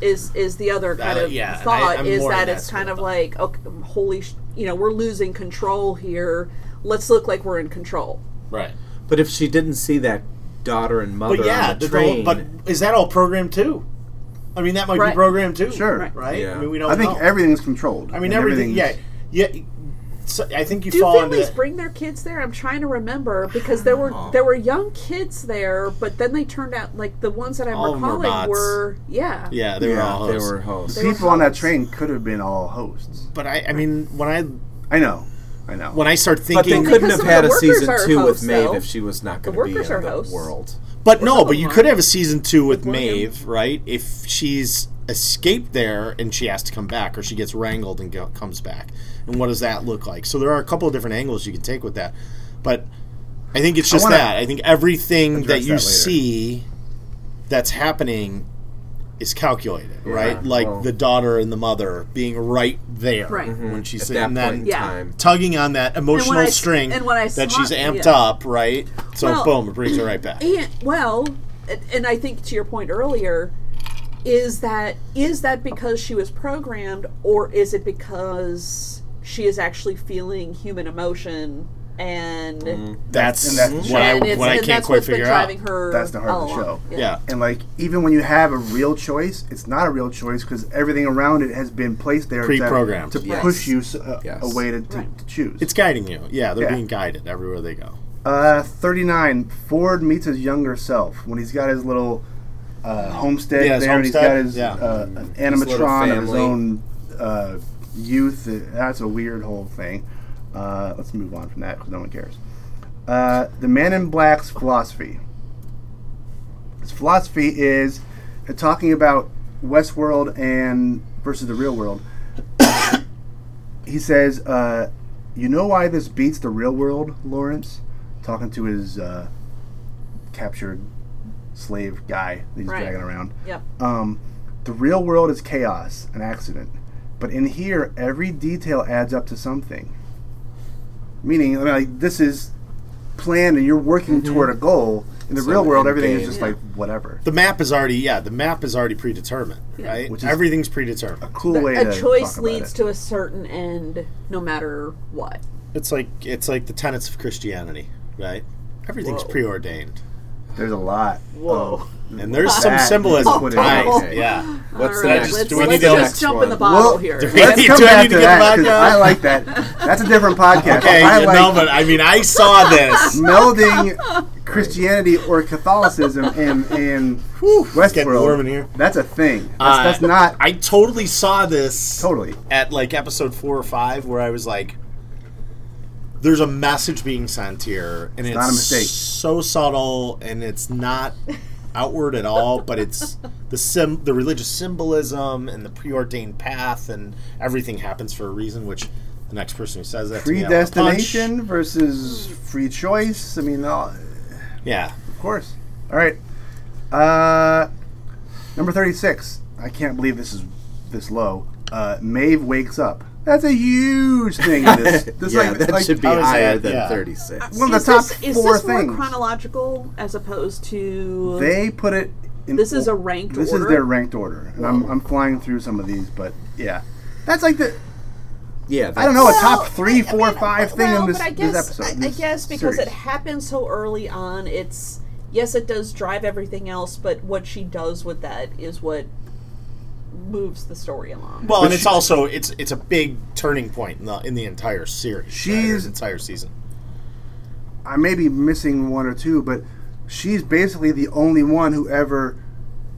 Speaker 5: Is is the other kind
Speaker 4: Uh,
Speaker 5: of
Speaker 4: yeah, and I-
Speaker 5: thought?
Speaker 4: I'm
Speaker 5: is
Speaker 4: more
Speaker 5: that
Speaker 4: of that
Speaker 5: it's
Speaker 4: school
Speaker 5: kind of
Speaker 4: thought.
Speaker 5: like, okay, holy, sh- you know, we're losing control here. Let's look like we're in control.
Speaker 4: right.
Speaker 6: But if she didn't see that daughter and mother
Speaker 4: But yeah,
Speaker 6: on the
Speaker 4: the whole-
Speaker 6: train,
Speaker 4: but is that all programmed too? I mean, that might
Speaker 5: Right.
Speaker 4: be programmed too.
Speaker 3: Sure.
Speaker 5: Right.
Speaker 4: Right.
Speaker 6: Yeah.
Speaker 4: I mean, we don't.
Speaker 3: I think
Speaker 4: know.
Speaker 3: everything's controlled.
Speaker 4: I mean,
Speaker 3: and
Speaker 4: everything. Yeah.
Speaker 3: everything's-
Speaker 4: Yeah. So I think you
Speaker 5: Do
Speaker 4: fall into.
Speaker 5: families
Speaker 4: that-
Speaker 5: bring their kids there? I'm trying to remember because there were there were young kids there, but then they turned out like the ones that I'm
Speaker 4: All of them were
Speaker 5: recalling
Speaker 4: bots.
Speaker 5: were yeah.
Speaker 4: yeah, they were
Speaker 6: yeah,
Speaker 4: all
Speaker 6: they
Speaker 4: hosts.
Speaker 6: were hosts.
Speaker 5: They were
Speaker 3: People on that
Speaker 5: hosts.
Speaker 3: train could have been all hosts.
Speaker 4: But I, I mean, when I
Speaker 3: I know. I know.
Speaker 4: when I start
Speaker 6: But they
Speaker 4: thinking,
Speaker 5: Because
Speaker 6: couldn't have
Speaker 5: some of
Speaker 6: had
Speaker 5: the
Speaker 6: a
Speaker 5: workers
Speaker 6: season
Speaker 5: are
Speaker 6: two
Speaker 5: hosts,
Speaker 6: with Maeve
Speaker 5: though.
Speaker 6: if she was not going to be in
Speaker 5: workers are
Speaker 6: the
Speaker 5: hosts.
Speaker 6: world.
Speaker 4: But no,
Speaker 5: some
Speaker 4: but
Speaker 5: of
Speaker 4: you
Speaker 5: mine.
Speaker 4: could have a season two with
Speaker 5: Like William.
Speaker 4: Maeve, right? If she's escaped there and she has to come back, or she gets wrangled and go, comes back, and what does that look like? So there are a couple of different angles you can take with that, but I think it's just
Speaker 3: wanna
Speaker 4: that. I think everything that
Speaker 3: address
Speaker 4: you
Speaker 3: that later.
Speaker 4: see that's happening is calculated, right? Like
Speaker 6: well-
Speaker 4: the daughter and the mother being right there
Speaker 5: Right.
Speaker 4: when she's
Speaker 6: At
Speaker 4: sitting,
Speaker 6: that
Speaker 4: and
Speaker 6: point
Speaker 4: then
Speaker 6: in
Speaker 5: Yeah.
Speaker 6: time.
Speaker 4: tugging on that emotional
Speaker 5: I s-
Speaker 4: string
Speaker 5: and when I
Speaker 4: that
Speaker 5: saw-
Speaker 4: she's amped
Speaker 5: yeah.
Speaker 4: up, right? So
Speaker 5: Well,
Speaker 4: boom, it brings her right back.
Speaker 5: And well, and- and I think to your point earlier, is that is that because she was programmed, or is it because she is actually feeling human emotion and
Speaker 4: Mm. That's,
Speaker 3: And that's the
Speaker 4: what I,
Speaker 5: and it's
Speaker 4: what I
Speaker 5: and
Speaker 4: can't
Speaker 5: that's
Speaker 4: quite
Speaker 5: what's been
Speaker 4: figure out.
Speaker 5: driving her.
Speaker 3: That's the heart of
Speaker 5: all
Speaker 3: the
Speaker 5: along.
Speaker 3: show.
Speaker 4: Yeah.
Speaker 3: And like, even when you have a real choice, it's not a real choice because everything around it has been placed there to-
Speaker 4: Pre-programmed.
Speaker 3: to,
Speaker 6: Yes.
Speaker 3: push you s- a,
Speaker 6: Yes.
Speaker 3: a way to, to,
Speaker 5: Right.
Speaker 3: to choose.
Speaker 4: It's guiding you. Yeah, they're
Speaker 3: Yeah.
Speaker 4: being guided everywhere they go.
Speaker 3: uh, thirty nine. Ford meets his younger self when he's got his little uh, homestead
Speaker 4: Yeah, his
Speaker 3: there, and he's got
Speaker 4: homestead,
Speaker 3: his
Speaker 4: yeah.
Speaker 3: uh, an
Speaker 6: little
Speaker 3: animatron of his
Speaker 6: family.
Speaker 3: own uh, youth. That's a weird whole thing. Uh, let's move on from that because no one cares. Uh, the Man in Black's philosophy. His philosophy is uh, talking about Westworld and versus the real world. he says, uh, "You know why this beats the real world, Lawrence?" Talking to his uh, captured slave guy that he's
Speaker 5: Right.
Speaker 3: dragging around.
Speaker 5: Yep.
Speaker 3: Um, the real world is chaos, an accident. But in here, every detail adds up to something. Meaning, I mean, like, this is planned and you're working
Speaker 5: Mm-hmm.
Speaker 3: toward a goal. In the
Speaker 6: It's
Speaker 3: real
Speaker 6: an
Speaker 3: world,
Speaker 6: end
Speaker 3: everything is
Speaker 6: game.
Speaker 3: just
Speaker 5: Yeah.
Speaker 3: like whatever.
Speaker 4: The map is already yeah. The map is already predetermined, right?
Speaker 3: Which is-
Speaker 4: Everything's predetermined.
Speaker 3: Cool way to
Speaker 5: a choice
Speaker 3: talk about
Speaker 5: leads
Speaker 3: it.
Speaker 5: to a certain end, no matter what.
Speaker 4: It's like it's like the tenets of Christianity, right? Everything's preordained,
Speaker 3: There's a lot.
Speaker 5: Whoa.
Speaker 4: and there's some
Speaker 3: That
Speaker 4: symbolism
Speaker 3: is what it
Speaker 4: tied.
Speaker 6: is.
Speaker 4: Yeah,
Speaker 6: What's
Speaker 5: All
Speaker 6: the
Speaker 5: right,
Speaker 6: next
Speaker 5: let's,
Speaker 4: do we
Speaker 5: let's
Speaker 4: need to-
Speaker 5: just jump in the bottle
Speaker 3: Well,
Speaker 5: here.
Speaker 4: do we
Speaker 5: That's-
Speaker 3: Let's come
Speaker 4: Do I need
Speaker 3: back
Speaker 4: to
Speaker 3: to
Speaker 4: get
Speaker 3: that
Speaker 4: back
Speaker 3: because
Speaker 4: up?
Speaker 3: I like that. That's a different podcast.
Speaker 4: okay.
Speaker 3: I
Speaker 4: you
Speaker 3: like
Speaker 4: know, but I mean, I saw this.
Speaker 3: melding Christianity or Catholicism and and
Speaker 4: it's getting
Speaker 3: Westworld.
Speaker 4: warm in here.
Speaker 3: That's a thing. That's,
Speaker 4: Uh,
Speaker 3: that's not
Speaker 4: I totally saw this.
Speaker 3: totally.
Speaker 4: at like episode four or five where I was like, "There's a message being sent here, and it's,
Speaker 3: not a mistake.
Speaker 4: So subtle, and it's not outward at all, but it's the sim, the religious symbolism, and the preordained path, and everything happens for a reason." Which the next person who says that to me, I wanna punch.
Speaker 3: Predestination versus free choice. I mean, all,
Speaker 4: yeah,
Speaker 3: Of course. All right. Uh, number thirty-six. I can't believe this is this low. Uh, Maeve wakes up. That's a huge thing. in This, this
Speaker 6: yeah,
Speaker 3: like,
Speaker 6: that
Speaker 3: like
Speaker 6: should be
Speaker 4: how is
Speaker 6: higher
Speaker 4: that-
Speaker 6: than
Speaker 4: yeah.
Speaker 6: 36.
Speaker 3: one of
Speaker 5: is
Speaker 3: the top
Speaker 5: this, is
Speaker 3: four
Speaker 5: this more
Speaker 3: things.
Speaker 5: chronological as opposed to
Speaker 3: they put it. in
Speaker 5: This is a ranked
Speaker 3: This
Speaker 5: order?
Speaker 3: is their ranked order, and I'm, I'm flying through some of these, but yeah, that's like the
Speaker 6: Yeah,
Speaker 3: I don't know a
Speaker 6: that's-
Speaker 3: top three, four, five thing
Speaker 5: well,
Speaker 3: in this,
Speaker 5: but I
Speaker 3: this
Speaker 5: guess,
Speaker 3: episode.
Speaker 5: I, I
Speaker 3: this
Speaker 5: guess because
Speaker 3: series.
Speaker 5: it happened so early on, it's yes, it does drive everything else, but what she does with that is what moves the story along.
Speaker 4: Well, and it's also it's it's a big turning point in the in the entire series, right, or
Speaker 3: She's-
Speaker 4: the entire season.
Speaker 3: I may be missing one or two, but she's basically the only one who ever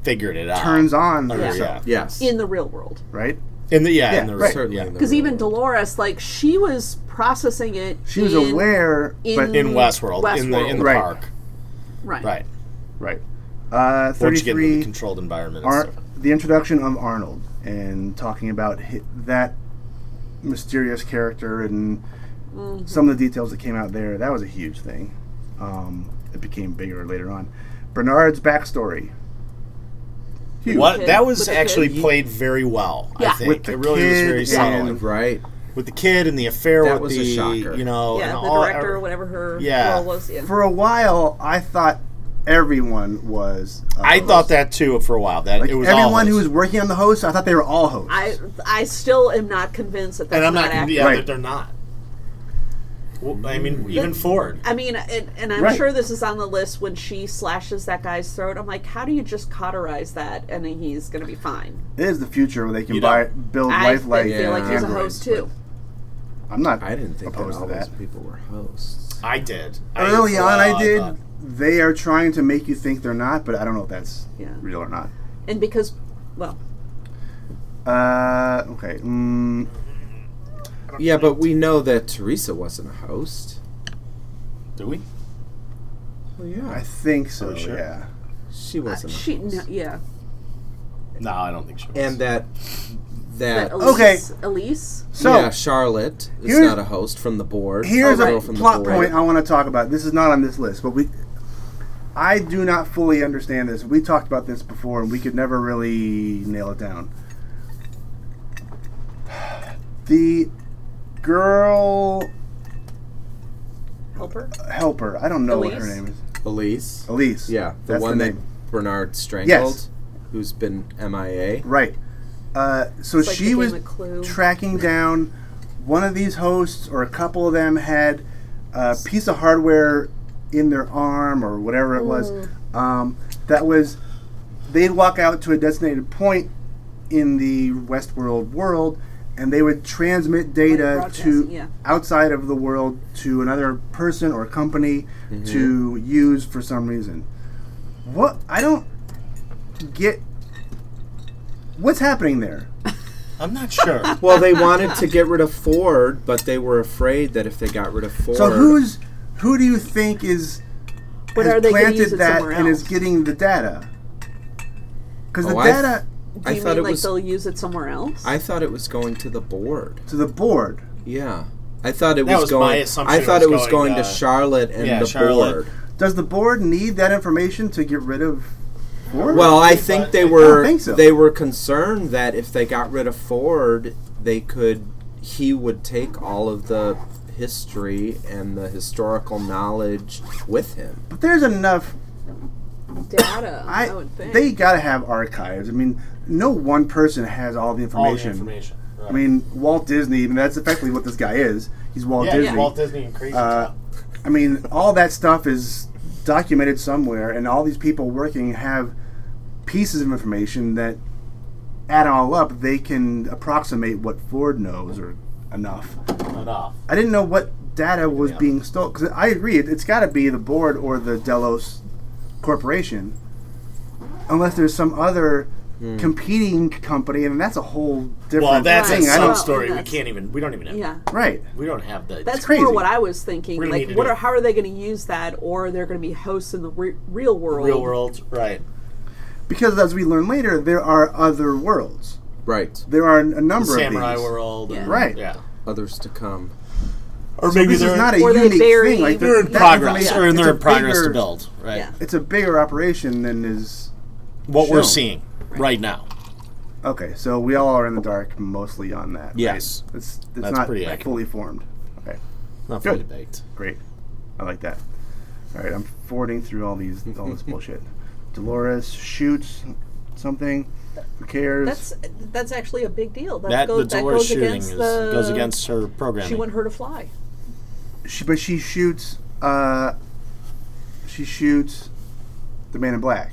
Speaker 4: Figured it out.
Speaker 3: turns on
Speaker 4: Or,
Speaker 3: herself,
Speaker 4: yeah.
Speaker 6: Yes.
Speaker 5: in the real world.
Speaker 3: right?
Speaker 4: In the yeah, in
Speaker 3: Yeah,
Speaker 4: the
Speaker 3: right.
Speaker 6: Certainly.
Speaker 4: yeah.
Speaker 6: in the
Speaker 5: Because
Speaker 6: real
Speaker 5: even
Speaker 6: world.
Speaker 5: Dolores, like, she was processing it.
Speaker 3: She was
Speaker 5: in-
Speaker 3: aware, but
Speaker 5: Mm-hmm.
Speaker 4: in Westworld, in the in the
Speaker 5: Westworld.
Speaker 3: Right.
Speaker 4: park,
Speaker 5: Right.
Speaker 4: right?
Speaker 3: right. Uh,
Speaker 4: Once you get into the
Speaker 3: Thirty-three.
Speaker 4: controlled environment,
Speaker 3: Ar-
Speaker 4: it's
Speaker 3: the introduction of Arnold and talking about hi that mysterious character and
Speaker 5: Mm-hmm.
Speaker 3: some of the details that came out there. That was a huge thing. Um, it became bigger later on. Bernard's backstory. Huge.
Speaker 4: What that was
Speaker 5: With the kid.
Speaker 4: actually played very well. I
Speaker 5: Yeah.
Speaker 4: think
Speaker 3: With the
Speaker 4: it really was
Speaker 3: kid
Speaker 4: very
Speaker 3: and-
Speaker 4: solid
Speaker 6: Right.
Speaker 4: with the kid and the affair
Speaker 6: That
Speaker 4: with
Speaker 6: was a
Speaker 4: the
Speaker 6: shocker.
Speaker 4: you know
Speaker 5: Yeah,
Speaker 4: and
Speaker 5: the
Speaker 4: all-
Speaker 5: director, or whatever her
Speaker 4: Yeah.
Speaker 5: role was. Yeah.
Speaker 3: For a while, I thought everyone was. uh,
Speaker 4: I thought that too for a while. That
Speaker 3: like
Speaker 4: it was all
Speaker 3: everyone who
Speaker 4: hosts.
Speaker 3: was working on the host. I thought they were all hosts.
Speaker 5: I I still am not convinced that that's
Speaker 4: and I'm
Speaker 5: not,
Speaker 4: not.
Speaker 5: accurate.
Speaker 4: yeah,
Speaker 3: Right.
Speaker 4: that they're not. Well, I
Speaker 5: Mm-hmm.
Speaker 4: mean, even Ford.
Speaker 5: I mean, and, and I'm
Speaker 3: Right.
Speaker 5: sure this is on the list when she slashes that guy's throat. I'm like, how do you just cauterize that and then he's going to be fine?
Speaker 3: it is the future where they can
Speaker 4: You
Speaker 3: buy
Speaker 4: don't-
Speaker 3: build
Speaker 5: I
Speaker 3: life like.
Speaker 5: feel like he's a
Speaker 3: androids,
Speaker 5: host too.
Speaker 3: but I'm not.
Speaker 6: I didn't think that
Speaker 3: opposed
Speaker 6: all
Speaker 3: to that.
Speaker 6: those people were hosts.
Speaker 4: I did
Speaker 3: Early
Speaker 4: for a
Speaker 3: on,
Speaker 4: while
Speaker 3: I did.
Speaker 4: thought-
Speaker 3: They are trying to make you think they're not, but I don't know if that's
Speaker 5: Yeah.
Speaker 3: real or not.
Speaker 5: And because, well,
Speaker 3: Uh, okay. Mm,
Speaker 6: Yeah, but we know that Teresa wasn't a host.
Speaker 4: Do we?
Speaker 6: Well,
Speaker 3: I
Speaker 6: yeah,
Speaker 3: think so.
Speaker 4: Oh, sure.
Speaker 3: Yeah.
Speaker 6: she wasn't. a
Speaker 5: Uh, she,
Speaker 6: host.
Speaker 5: no, yeah.
Speaker 4: No, I don't think so.
Speaker 6: And that that oh,
Speaker 5: But Elise,
Speaker 3: Okay.
Speaker 5: Elise?
Speaker 3: So
Speaker 6: yeah, Charlotte is
Speaker 3: here-
Speaker 6: not a host from the board.
Speaker 3: here's
Speaker 5: Oh,
Speaker 3: a
Speaker 6: girl
Speaker 5: right.
Speaker 6: from the
Speaker 3: plot
Speaker 6: board.
Speaker 3: point I want to talk about. This is not on this list, but we. I do not fully understand this. We talked about this before, and we could never really nail it down. The girl
Speaker 5: Helper?
Speaker 3: helper. I don't know what her
Speaker 5: Elise?
Speaker 3: name is.
Speaker 6: Elise.
Speaker 3: Elise.
Speaker 6: Yeah, the
Speaker 3: that's
Speaker 6: one
Speaker 3: the
Speaker 6: that
Speaker 3: name.
Speaker 6: Bernard strangled,
Speaker 3: Yes.
Speaker 6: who's been MIA.
Speaker 3: Right. Uh, so
Speaker 5: like the
Speaker 3: she
Speaker 5: game
Speaker 3: was
Speaker 5: of Clue.
Speaker 3: tracking down one of these hosts, or a couple of them had a piece of hardware in their arm or whatever it was. Um, that was, they'd walk out to a designated point in the Westworld world, and they would transmit data to
Speaker 5: broadcasting, yeah.
Speaker 3: outside of the world to another person or company to use for some reason. What I don't get. What's happening there?
Speaker 4: I'm not sure.
Speaker 6: Well, they wanted to get rid of Ford, but they were afraid that if they got rid of Ford,
Speaker 3: So who's who do you think is
Speaker 5: But
Speaker 3: has
Speaker 5: are they going to
Speaker 3: planted
Speaker 5: use it
Speaker 3: that
Speaker 5: somewhere
Speaker 3: and
Speaker 5: else?
Speaker 3: is getting the data? Because the
Speaker 6: Oh, I-
Speaker 3: data
Speaker 5: Do
Speaker 6: I
Speaker 5: you
Speaker 6: thought
Speaker 5: mean
Speaker 6: it
Speaker 5: like
Speaker 6: was
Speaker 5: they'll use it somewhere else?
Speaker 6: I thought it was going to the board.
Speaker 3: to the board.
Speaker 6: Yeah. I thought it
Speaker 4: That
Speaker 6: was,
Speaker 4: was my
Speaker 6: going
Speaker 4: assumption
Speaker 6: I
Speaker 4: it
Speaker 6: thought
Speaker 4: was
Speaker 6: it was going,
Speaker 4: going,
Speaker 6: to
Speaker 4: uh,
Speaker 6: Charlotte and
Speaker 4: yeah,
Speaker 6: the
Speaker 4: Charlotte.
Speaker 6: board.
Speaker 3: Does the board need that information to get rid of? Ford?
Speaker 6: Well, I think they were
Speaker 3: think so.
Speaker 6: they were concerned that if they got rid of Ford, they could he would take all of the history and the historical knowledge with him.
Speaker 3: but there's enough.
Speaker 5: Data, I,
Speaker 3: I,
Speaker 5: would think.
Speaker 3: they gotta have archives. I mean, no one person has all the
Speaker 4: All the
Speaker 3: information.
Speaker 4: information. Right.
Speaker 3: I mean, Walt Disney. I mean, that's effectively what this guy is. He's Walt
Speaker 4: yeah,
Speaker 3: Disney.
Speaker 4: Walt Disney and Crazy
Speaker 3: Uh,
Speaker 4: Town.
Speaker 3: I mean, all that stuff is documented somewhere, and all these people working have pieces of information that add all up. They can approximate what Ford knows or enough.
Speaker 4: enough.
Speaker 3: I didn't know what data was
Speaker 4: Yeah.
Speaker 3: being stolen because I agree it, it's got to be the board or the Delos Corporation, unless there's some other competing company, and that's a whole different
Speaker 4: Hmm. Well, that's a
Speaker 3: thing. I
Speaker 5: some
Speaker 4: sub
Speaker 3: don't
Speaker 4: story. We
Speaker 5: That's-
Speaker 4: can't even. We don't even. Have,
Speaker 5: yeah.
Speaker 3: right.
Speaker 4: We don't have the.
Speaker 5: That's
Speaker 3: crazy.
Speaker 5: more what I was thinking.
Speaker 4: We're gonna need
Speaker 5: Like,
Speaker 4: to
Speaker 5: what
Speaker 4: do
Speaker 5: are
Speaker 4: it.
Speaker 5: how are they going to use that, or they're going to be hosts in the re- real world?
Speaker 4: real world, right?
Speaker 3: Because as we learn later, there are other worlds.
Speaker 6: Right.
Speaker 3: There are a number
Speaker 4: Samurai
Speaker 3: of these.
Speaker 4: world, and-
Speaker 5: Yeah.
Speaker 3: Right.
Speaker 4: Yeah.
Speaker 6: Others to come.
Speaker 4: Or
Speaker 3: So this is not a
Speaker 5: Or they
Speaker 3: unique
Speaker 5: bury-
Speaker 3: thing. Like
Speaker 4: they're in
Speaker 3: that
Speaker 4: progress,
Speaker 3: information-
Speaker 4: or
Speaker 3: it's
Speaker 4: they're
Speaker 3: a
Speaker 4: in progress
Speaker 3: bigger-
Speaker 4: to build, right?
Speaker 5: Yeah.
Speaker 3: It's a bigger operation than is.
Speaker 4: What we're
Speaker 3: Shown.
Speaker 4: seeing right, now.
Speaker 3: Okay, so we all are in the dark mostly on that. right?
Speaker 4: Yes.
Speaker 3: it's it's
Speaker 4: That's
Speaker 3: not
Speaker 4: pretty accurate.
Speaker 3: fully formed. Okay,
Speaker 4: Not
Speaker 3: Good.
Speaker 4: fully baked.
Speaker 3: great. I like that. All right, I'm forwarding through all these all this bullshit. Dolores shoots something. Who cares?
Speaker 5: That's that's actually a big deal. That,
Speaker 4: That the
Speaker 5: goes, that
Speaker 4: Dolores
Speaker 5: goes
Speaker 4: shooting
Speaker 5: against
Speaker 4: is,
Speaker 5: the
Speaker 4: goes against her
Speaker 5: She
Speaker 4: programming.
Speaker 5: wanted her to fly.
Speaker 3: she, but she shoots. Uh, she shoots the man in black.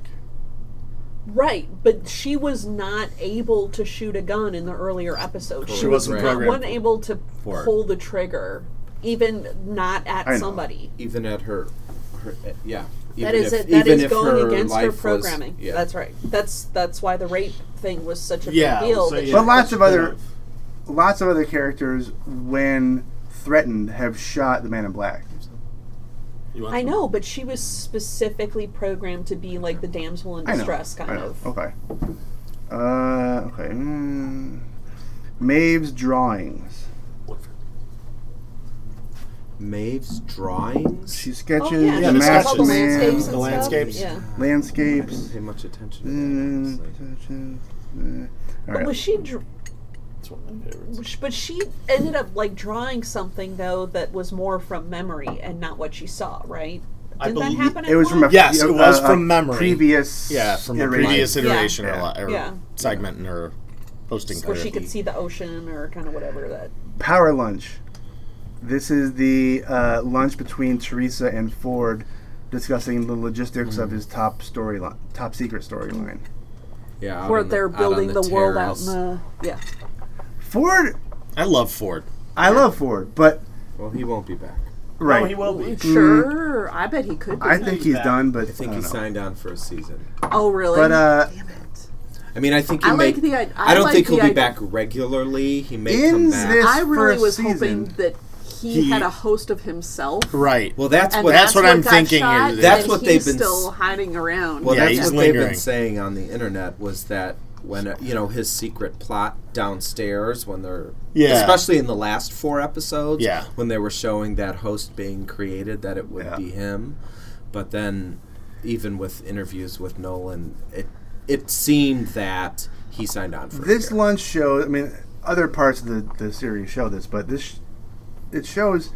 Speaker 5: Right, but she was not able to shoot a gun in the earlier episode.
Speaker 4: She wasn't
Speaker 5: was
Speaker 4: programmed
Speaker 5: not able to
Speaker 4: for it.
Speaker 5: pull the trigger, even not at
Speaker 3: I know.
Speaker 5: somebody.
Speaker 6: even at her, her yeah. even
Speaker 5: That is
Speaker 6: if-
Speaker 5: it. That
Speaker 6: even
Speaker 5: is
Speaker 6: if
Speaker 5: going against
Speaker 6: life
Speaker 5: her
Speaker 6: was-
Speaker 5: programming.
Speaker 6: yeah.
Speaker 5: That's right. That's that's why the rape thing was such a
Speaker 4: yeah,
Speaker 5: big deal.
Speaker 4: so
Speaker 5: that
Speaker 4: yeah,
Speaker 3: But lots of other-
Speaker 4: that's-
Speaker 3: Lots of other characters, when threatened, have shot the man in black.
Speaker 4: You want
Speaker 5: I
Speaker 4: some?
Speaker 5: know, but she was specifically programmed to be like the damsel in
Speaker 3: I know.
Speaker 5: distress,
Speaker 3: I
Speaker 5: kind
Speaker 3: know. Oh,
Speaker 5: of.
Speaker 3: Okay. Uh, okay. Mm. Maeve's drawings.
Speaker 6: Maeve's drawings.
Speaker 3: She sketches,
Speaker 5: oh, yeah,
Speaker 4: Yeah,
Speaker 5: she
Speaker 4: the
Speaker 5: does all the
Speaker 4: sketches.
Speaker 5: landscapes
Speaker 3: man,
Speaker 5: and
Speaker 4: The landscapes.
Speaker 5: Stuff.
Speaker 6: I
Speaker 5: Um, Yeah.
Speaker 6: didn't
Speaker 3: landscapes.
Speaker 6: pay much attention. To that, honestly.
Speaker 3: Mm, mm, All
Speaker 5: But was
Speaker 3: right.
Speaker 5: she? Dr-
Speaker 4: It's one of my favorites.
Speaker 5: Sh- But she ended up like drawing something though that was more from memory and not what she saw, right?
Speaker 4: I
Speaker 5: Did that
Speaker 4: believe-
Speaker 5: happen?
Speaker 3: It was
Speaker 5: at
Speaker 3: from a
Speaker 5: one?
Speaker 4: Yes,
Speaker 3: a-
Speaker 4: it was
Speaker 3: a- a
Speaker 4: from memory.
Speaker 3: Previous,
Speaker 4: Yeah, from a
Speaker 3: iteration.
Speaker 4: previous
Speaker 5: Yeah.
Speaker 4: iteration or,
Speaker 3: Yeah.
Speaker 4: li- or
Speaker 5: Yeah.
Speaker 4: segment in her posting.
Speaker 5: where
Speaker 4: kind
Speaker 5: she
Speaker 4: of.
Speaker 5: could see the ocean or kind of whatever that.
Speaker 3: Power lunch. This is the uh, lunch between Teresa and Ford, discussing the logistics
Speaker 6: Hmm.
Speaker 3: of his top storyline, top secret storyline.
Speaker 6: Yeah, out
Speaker 5: Where
Speaker 6: on the-
Speaker 5: they're
Speaker 6: out on
Speaker 5: building the, world out
Speaker 6: terrace.
Speaker 5: in the yeah.
Speaker 3: Ford,
Speaker 4: I love Ford.
Speaker 3: I love Ford, but
Speaker 6: Well, he won't be back.
Speaker 3: right,
Speaker 4: Oh, he will
Speaker 5: Mm.
Speaker 4: be.
Speaker 5: Sure, I bet he could. Be
Speaker 3: I think he's
Speaker 4: back.
Speaker 3: done. But
Speaker 6: I think
Speaker 3: I
Speaker 6: he
Speaker 3: don't know.
Speaker 6: signed on for a season.
Speaker 5: Oh really?
Speaker 3: But uh,
Speaker 5: Damn it.
Speaker 6: I mean, I think he
Speaker 5: I
Speaker 6: may.
Speaker 5: like the i- I
Speaker 6: I don't
Speaker 5: like
Speaker 6: think
Speaker 5: the
Speaker 6: he'll be
Speaker 5: idea-
Speaker 6: back regularly. He may
Speaker 3: In
Speaker 6: come back.
Speaker 3: this-
Speaker 5: I really
Speaker 3: first
Speaker 5: was
Speaker 3: season,
Speaker 5: hoping that he,
Speaker 4: he-
Speaker 5: had a host of himself.
Speaker 4: Right.
Speaker 6: well, that's
Speaker 5: and
Speaker 6: what
Speaker 5: that's,
Speaker 6: that's,
Speaker 4: what I'm
Speaker 5: got
Speaker 4: thinking
Speaker 5: shot,
Speaker 4: is-
Speaker 5: and
Speaker 6: That's what
Speaker 5: he's
Speaker 6: they've been
Speaker 5: still
Speaker 6: s-
Speaker 5: hiding around.
Speaker 6: well,
Speaker 4: Yeah,
Speaker 6: that's
Speaker 4: he's
Speaker 6: what they've
Speaker 4: lingering.
Speaker 6: been saying on the internet was that when uh, you know his secret plot downstairs when they're
Speaker 4: Yeah.
Speaker 6: especially in the last four episodes
Speaker 4: Yeah.
Speaker 6: when they were showing that host being created that it would
Speaker 3: Yeah.
Speaker 6: be him, but then even with interviews with Nolan it it seemed that he signed on for a
Speaker 3: this
Speaker 6: year.
Speaker 3: lunch show i mean other parts of the, the series show this but this sh- it shows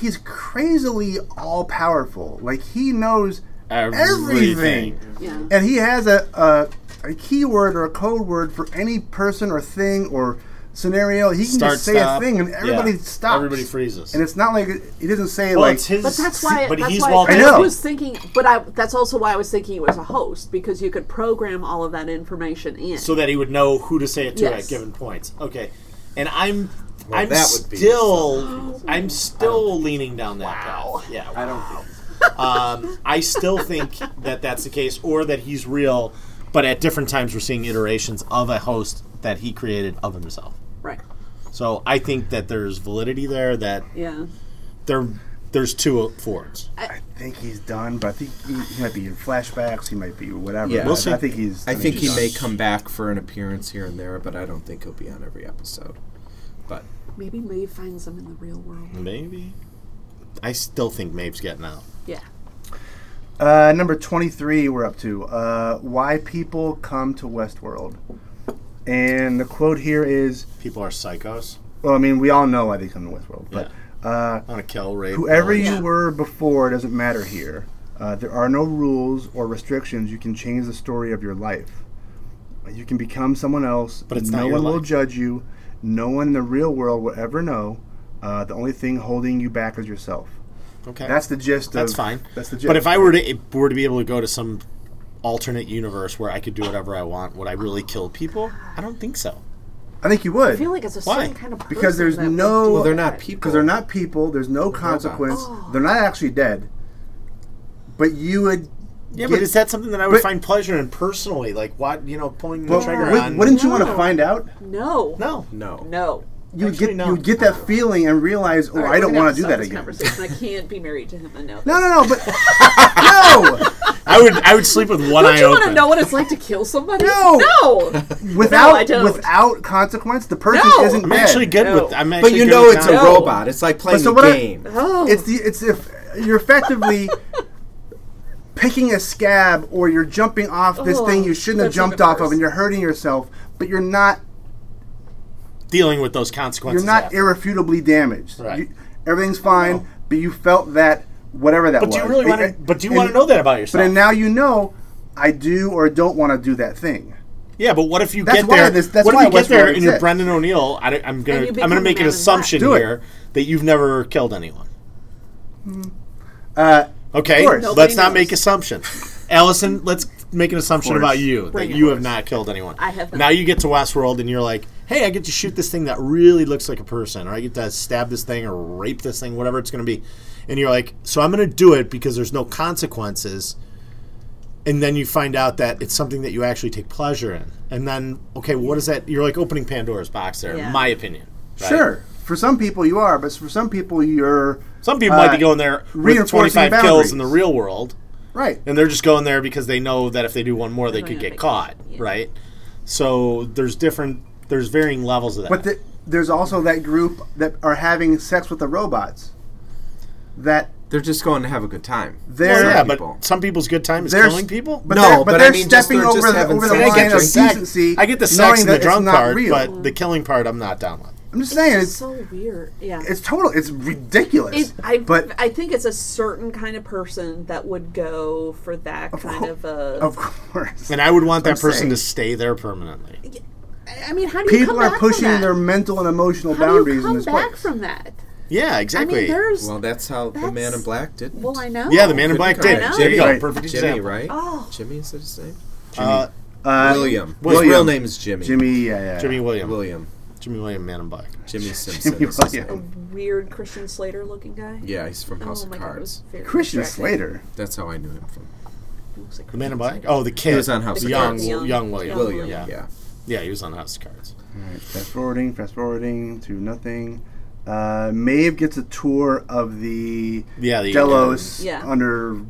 Speaker 3: he's crazily all powerful like he knows everything,
Speaker 5: yeah.
Speaker 3: and he has a, a, a keyword or a code word for any person or thing or scenario he can
Speaker 4: Start,
Speaker 3: just say
Speaker 4: stop.
Speaker 3: a thing and
Speaker 4: Yeah.
Speaker 3: everybody stops
Speaker 4: Everybody freezes.
Speaker 3: and it's not like it- he doesn't say
Speaker 4: well,
Speaker 3: like
Speaker 4: it's his,
Speaker 5: But that's why.
Speaker 4: But
Speaker 5: that's
Speaker 4: he's
Speaker 5: why
Speaker 4: Walter.
Speaker 3: I
Speaker 5: I
Speaker 3: know.
Speaker 5: was thinking. But I. That's also why I was thinking it was a host because you could program all of that information in.
Speaker 4: so that he would know who to say it to
Speaker 5: Yes.
Speaker 4: at given points. Okay, and I'm
Speaker 6: Well,
Speaker 4: I'm
Speaker 6: that would be
Speaker 4: still I'm still leaning down that path. Yeah,
Speaker 6: I don't think
Speaker 4: um, I still think that that's the case, or that he's real. But at different times, we're seeing iterations of a host that he created of himself.
Speaker 5: right.
Speaker 4: So I think that there's validity there. That
Speaker 5: Yeah.
Speaker 4: there there's two Fords.
Speaker 3: i think he's done but i think he, he might be in flashbacks he might be whatever
Speaker 6: Yeah.
Speaker 3: but
Speaker 6: We'll
Speaker 4: see.
Speaker 3: i think he's
Speaker 6: I think
Speaker 3: he's
Speaker 6: he
Speaker 3: done.
Speaker 6: may come back for an appearance here and there, but I don't think he'll be on every episode. But
Speaker 5: Maybe Maeve finds them in the real world.
Speaker 4: Maybe. I still think Maeve's getting out.
Speaker 5: Yeah.
Speaker 3: Uh, number 23 we're up to uh, why people come to westworld and the quote here is
Speaker 4: People are psychos.
Speaker 3: well i mean we all know why they come to westworld but uh,
Speaker 4: On a kill rape.
Speaker 3: whoever
Speaker 4: pillage.
Speaker 5: Oh, Yeah.
Speaker 3: you were before doesn't matter here uh, there are no rules or restrictions you can change the story of your life you can become someone else
Speaker 4: But it's
Speaker 3: no
Speaker 4: not your
Speaker 3: one will
Speaker 4: life.
Speaker 3: judge you no one in the real world will ever know uh, the only thing holding you back is yourself
Speaker 4: Okay.
Speaker 3: that's the gist
Speaker 4: That's
Speaker 3: of,
Speaker 4: fine.
Speaker 3: that's the gist
Speaker 4: But if I were to if were to be able to go to some alternate universe where I could do whatever I want, would I really kill people? I don't think so.
Speaker 3: i think you would
Speaker 5: I feel like it's a
Speaker 4: Why?
Speaker 5: certain kind of
Speaker 3: Because
Speaker 5: person
Speaker 3: there's
Speaker 5: that would
Speaker 3: no-
Speaker 5: do
Speaker 6: well, they're
Speaker 5: that.
Speaker 6: not people
Speaker 3: because they're not people. There's no consequence. They're not actually dead. But you would.
Speaker 4: Yeah,
Speaker 3: get-
Speaker 4: but is that something that I would
Speaker 3: but-
Speaker 4: find pleasure in personally? Like what you know, pulling the
Speaker 3: But
Speaker 4: trigger
Speaker 3: wou-
Speaker 4: on
Speaker 3: wouldn't you want to
Speaker 5: No.
Speaker 3: find out?
Speaker 5: No.
Speaker 4: No.
Speaker 6: No,
Speaker 5: No.
Speaker 3: You would
Speaker 4: Actually,
Speaker 3: get
Speaker 4: no.
Speaker 3: you would get that feeling and realize, oh,
Speaker 5: All right,
Speaker 3: I
Speaker 5: we're
Speaker 3: don't
Speaker 5: gonna
Speaker 3: want
Speaker 5: have
Speaker 3: to do
Speaker 5: stop
Speaker 3: that
Speaker 5: this
Speaker 3: again.
Speaker 5: Conversation. I can't be married to him. I know.
Speaker 3: No, no, no. But no,
Speaker 4: I would I would sleep with one
Speaker 5: Don't
Speaker 4: eye
Speaker 5: you want to
Speaker 4: open.
Speaker 5: know what it's like to kill somebody?
Speaker 3: No.
Speaker 5: No.
Speaker 3: without
Speaker 5: I don't.
Speaker 3: without consequence, the person
Speaker 5: No.
Speaker 3: isn't
Speaker 4: I'm
Speaker 3: dead.
Speaker 4: actually good
Speaker 5: No.
Speaker 4: with I'm actually
Speaker 6: but you
Speaker 4: good
Speaker 6: know
Speaker 4: with
Speaker 6: it's a
Speaker 4: not-
Speaker 5: No.
Speaker 6: robot. It's like playing
Speaker 3: so
Speaker 6: a
Speaker 3: what I-
Speaker 6: game.
Speaker 5: Oh.
Speaker 3: It's the it's if you're effectively picking a scab or you're jumping off this
Speaker 5: Oh,
Speaker 3: thing you shouldn't have
Speaker 5: that's even
Speaker 3: jumped off of
Speaker 5: worse.
Speaker 3: and you're hurting yourself, but you're not
Speaker 4: dealing with those consequences.
Speaker 3: you're not
Speaker 4: after.
Speaker 3: irrefutably damaged.
Speaker 4: Right.
Speaker 3: You- everything's fine, but you felt that whatever that
Speaker 4: But
Speaker 3: was.
Speaker 4: do you really
Speaker 3: It-
Speaker 4: want to?
Speaker 3: it-
Speaker 4: But do you
Speaker 3: and-
Speaker 4: want to know that about
Speaker 3: But
Speaker 4: yourself?
Speaker 3: then now you know I do or don't want to do that thing.
Speaker 4: Yeah, but what if you
Speaker 3: That's
Speaker 4: get
Speaker 3: why
Speaker 4: there?
Speaker 3: this- that's
Speaker 4: what
Speaker 3: why
Speaker 4: if you get
Speaker 3: Westworld
Speaker 4: there and you're
Speaker 3: exists.
Speaker 4: Brendan O'Neill? I, am
Speaker 5: you
Speaker 4: gonna I'm gonna
Speaker 5: become the
Speaker 4: make an
Speaker 5: man in black.
Speaker 4: assumption
Speaker 3: Do it.
Speaker 4: here that you've never killed anyone.
Speaker 3: Hmm. Uh,
Speaker 4: Okay,
Speaker 3: course.
Speaker 4: let's
Speaker 5: Nobody
Speaker 4: not
Speaker 5: knows.
Speaker 4: make assumptions. Allison, let's make an assumption
Speaker 3: course.
Speaker 4: about you
Speaker 5: Bring
Speaker 4: that
Speaker 5: it.
Speaker 4: you have not killed anyone.
Speaker 5: I have not.
Speaker 4: Now you get to Westworld and you're like, hey, I get to shoot this thing that really looks like a person, or I get to stab this thing or rape this thing, whatever it's going to be. And you're like, so I'm going to do it because there's no consequences. And then you find out that it's something that you actually take pleasure in. And then, okay, what is that? You're like opening Pandora's box there,
Speaker 5: Yeah.
Speaker 4: in my opinion. right?
Speaker 3: Sure. For some people, you are, but for some people, you're
Speaker 4: Some people
Speaker 3: Uh,
Speaker 4: might be going there with
Speaker 3: reinforcing
Speaker 4: 25 kills in the
Speaker 3: boundaries.
Speaker 4: real world.
Speaker 3: right.
Speaker 4: and they're just going there because they know that if they do one more, they
Speaker 5: They're
Speaker 4: could
Speaker 5: gonna
Speaker 4: get
Speaker 5: get
Speaker 4: caught,
Speaker 5: caught, yeah.
Speaker 4: right? So there's different, there's varying levels of that.
Speaker 3: But the, there's also that group that are having sex with the robots. That
Speaker 6: They're just going to have a good time.
Speaker 3: they're
Speaker 4: Well, yeah,
Speaker 6: people.
Speaker 4: but some people's good time is
Speaker 3: There's-
Speaker 4: killing people.
Speaker 3: but
Speaker 6: No,
Speaker 3: they're, but,
Speaker 6: but I
Speaker 3: they're
Speaker 6: mean, just-
Speaker 3: stepping
Speaker 6: they're just
Speaker 3: over the,
Speaker 6: having
Speaker 3: over the
Speaker 6: sex.
Speaker 4: I
Speaker 3: line
Speaker 4: get
Speaker 3: of
Speaker 4: the sex,
Speaker 3: decency.
Speaker 4: I get the
Speaker 3: knowing
Speaker 4: sex and
Speaker 3: that
Speaker 4: the
Speaker 3: it's
Speaker 4: drunk
Speaker 3: not
Speaker 4: part,
Speaker 3: real.
Speaker 4: but the killing part, I'm not down with.
Speaker 3: I'm just saying
Speaker 5: It's
Speaker 3: it's
Speaker 5: so weird. Yeah.
Speaker 3: it's total. It's ridiculous.
Speaker 5: It, I,
Speaker 3: but
Speaker 5: I think it's a certain kind of person that would go for that kind
Speaker 3: cour-
Speaker 5: of a.
Speaker 3: of course,
Speaker 4: And I would want that
Speaker 3: I'm
Speaker 4: person
Speaker 3: saying.
Speaker 4: to stay there permanently.
Speaker 5: I mean, how do you
Speaker 3: people
Speaker 5: come
Speaker 3: are
Speaker 5: back from
Speaker 3: pushing
Speaker 5: that?
Speaker 3: their mental and emotional
Speaker 5: How do you
Speaker 3: boundaries in
Speaker 5: come
Speaker 3: this
Speaker 5: back
Speaker 3: place.
Speaker 5: from that?
Speaker 4: Yeah,
Speaker 5: I
Speaker 4: exactly.
Speaker 5: mean, there's.
Speaker 6: Well,
Speaker 5: Well,
Speaker 6: that's how the Man in
Speaker 5: That's-
Speaker 6: Black did.
Speaker 5: I know.
Speaker 4: yeah, the man
Speaker 6: Couldn't
Speaker 4: in black
Speaker 6: come
Speaker 4: did.
Speaker 5: back.
Speaker 4: There you go.
Speaker 3: Right.
Speaker 4: Perfect
Speaker 6: Jimmy,
Speaker 4: example.
Speaker 6: right?
Speaker 5: Oh.
Speaker 6: Jimmy is that his name?
Speaker 4: Uh,
Speaker 3: Uh,
Speaker 6: William.
Speaker 3: William.
Speaker 6: His real name is Jimmy.
Speaker 3: Jimmy, yeah, yeah.
Speaker 4: Jimmy William.
Speaker 6: William.
Speaker 4: Jimmy William, man in black.
Speaker 6: Jimmy Simpson.
Speaker 3: Jimmy
Speaker 6: is his
Speaker 3: William.
Speaker 6: name.
Speaker 5: Weird Christian Slater looking guy.
Speaker 6: Yeah, he's from
Speaker 5: Oh
Speaker 6: House
Speaker 5: my
Speaker 6: of
Speaker 5: god. it was
Speaker 6: Cards.
Speaker 5: very
Speaker 3: Christian
Speaker 5: distracting.
Speaker 3: Slater.
Speaker 6: That's how I knew him from.
Speaker 5: It looks like
Speaker 4: The man in
Speaker 5: Christian
Speaker 4: black.
Speaker 5: Slater.
Speaker 4: Oh, the kid.
Speaker 6: He was on House
Speaker 4: the
Speaker 6: of
Speaker 4: young,
Speaker 6: Cards.
Speaker 5: Young-
Speaker 4: young William.
Speaker 5: young
Speaker 6: William.
Speaker 4: Yeah.
Speaker 6: Yeah.
Speaker 4: yeah, he was on House of Cards.
Speaker 3: Alright, fast forwarding, fast forwarding to nothing. Uh, Maeve gets a tour of the
Speaker 4: Yeah, the um,
Speaker 3: Delos
Speaker 5: Yeah.
Speaker 3: under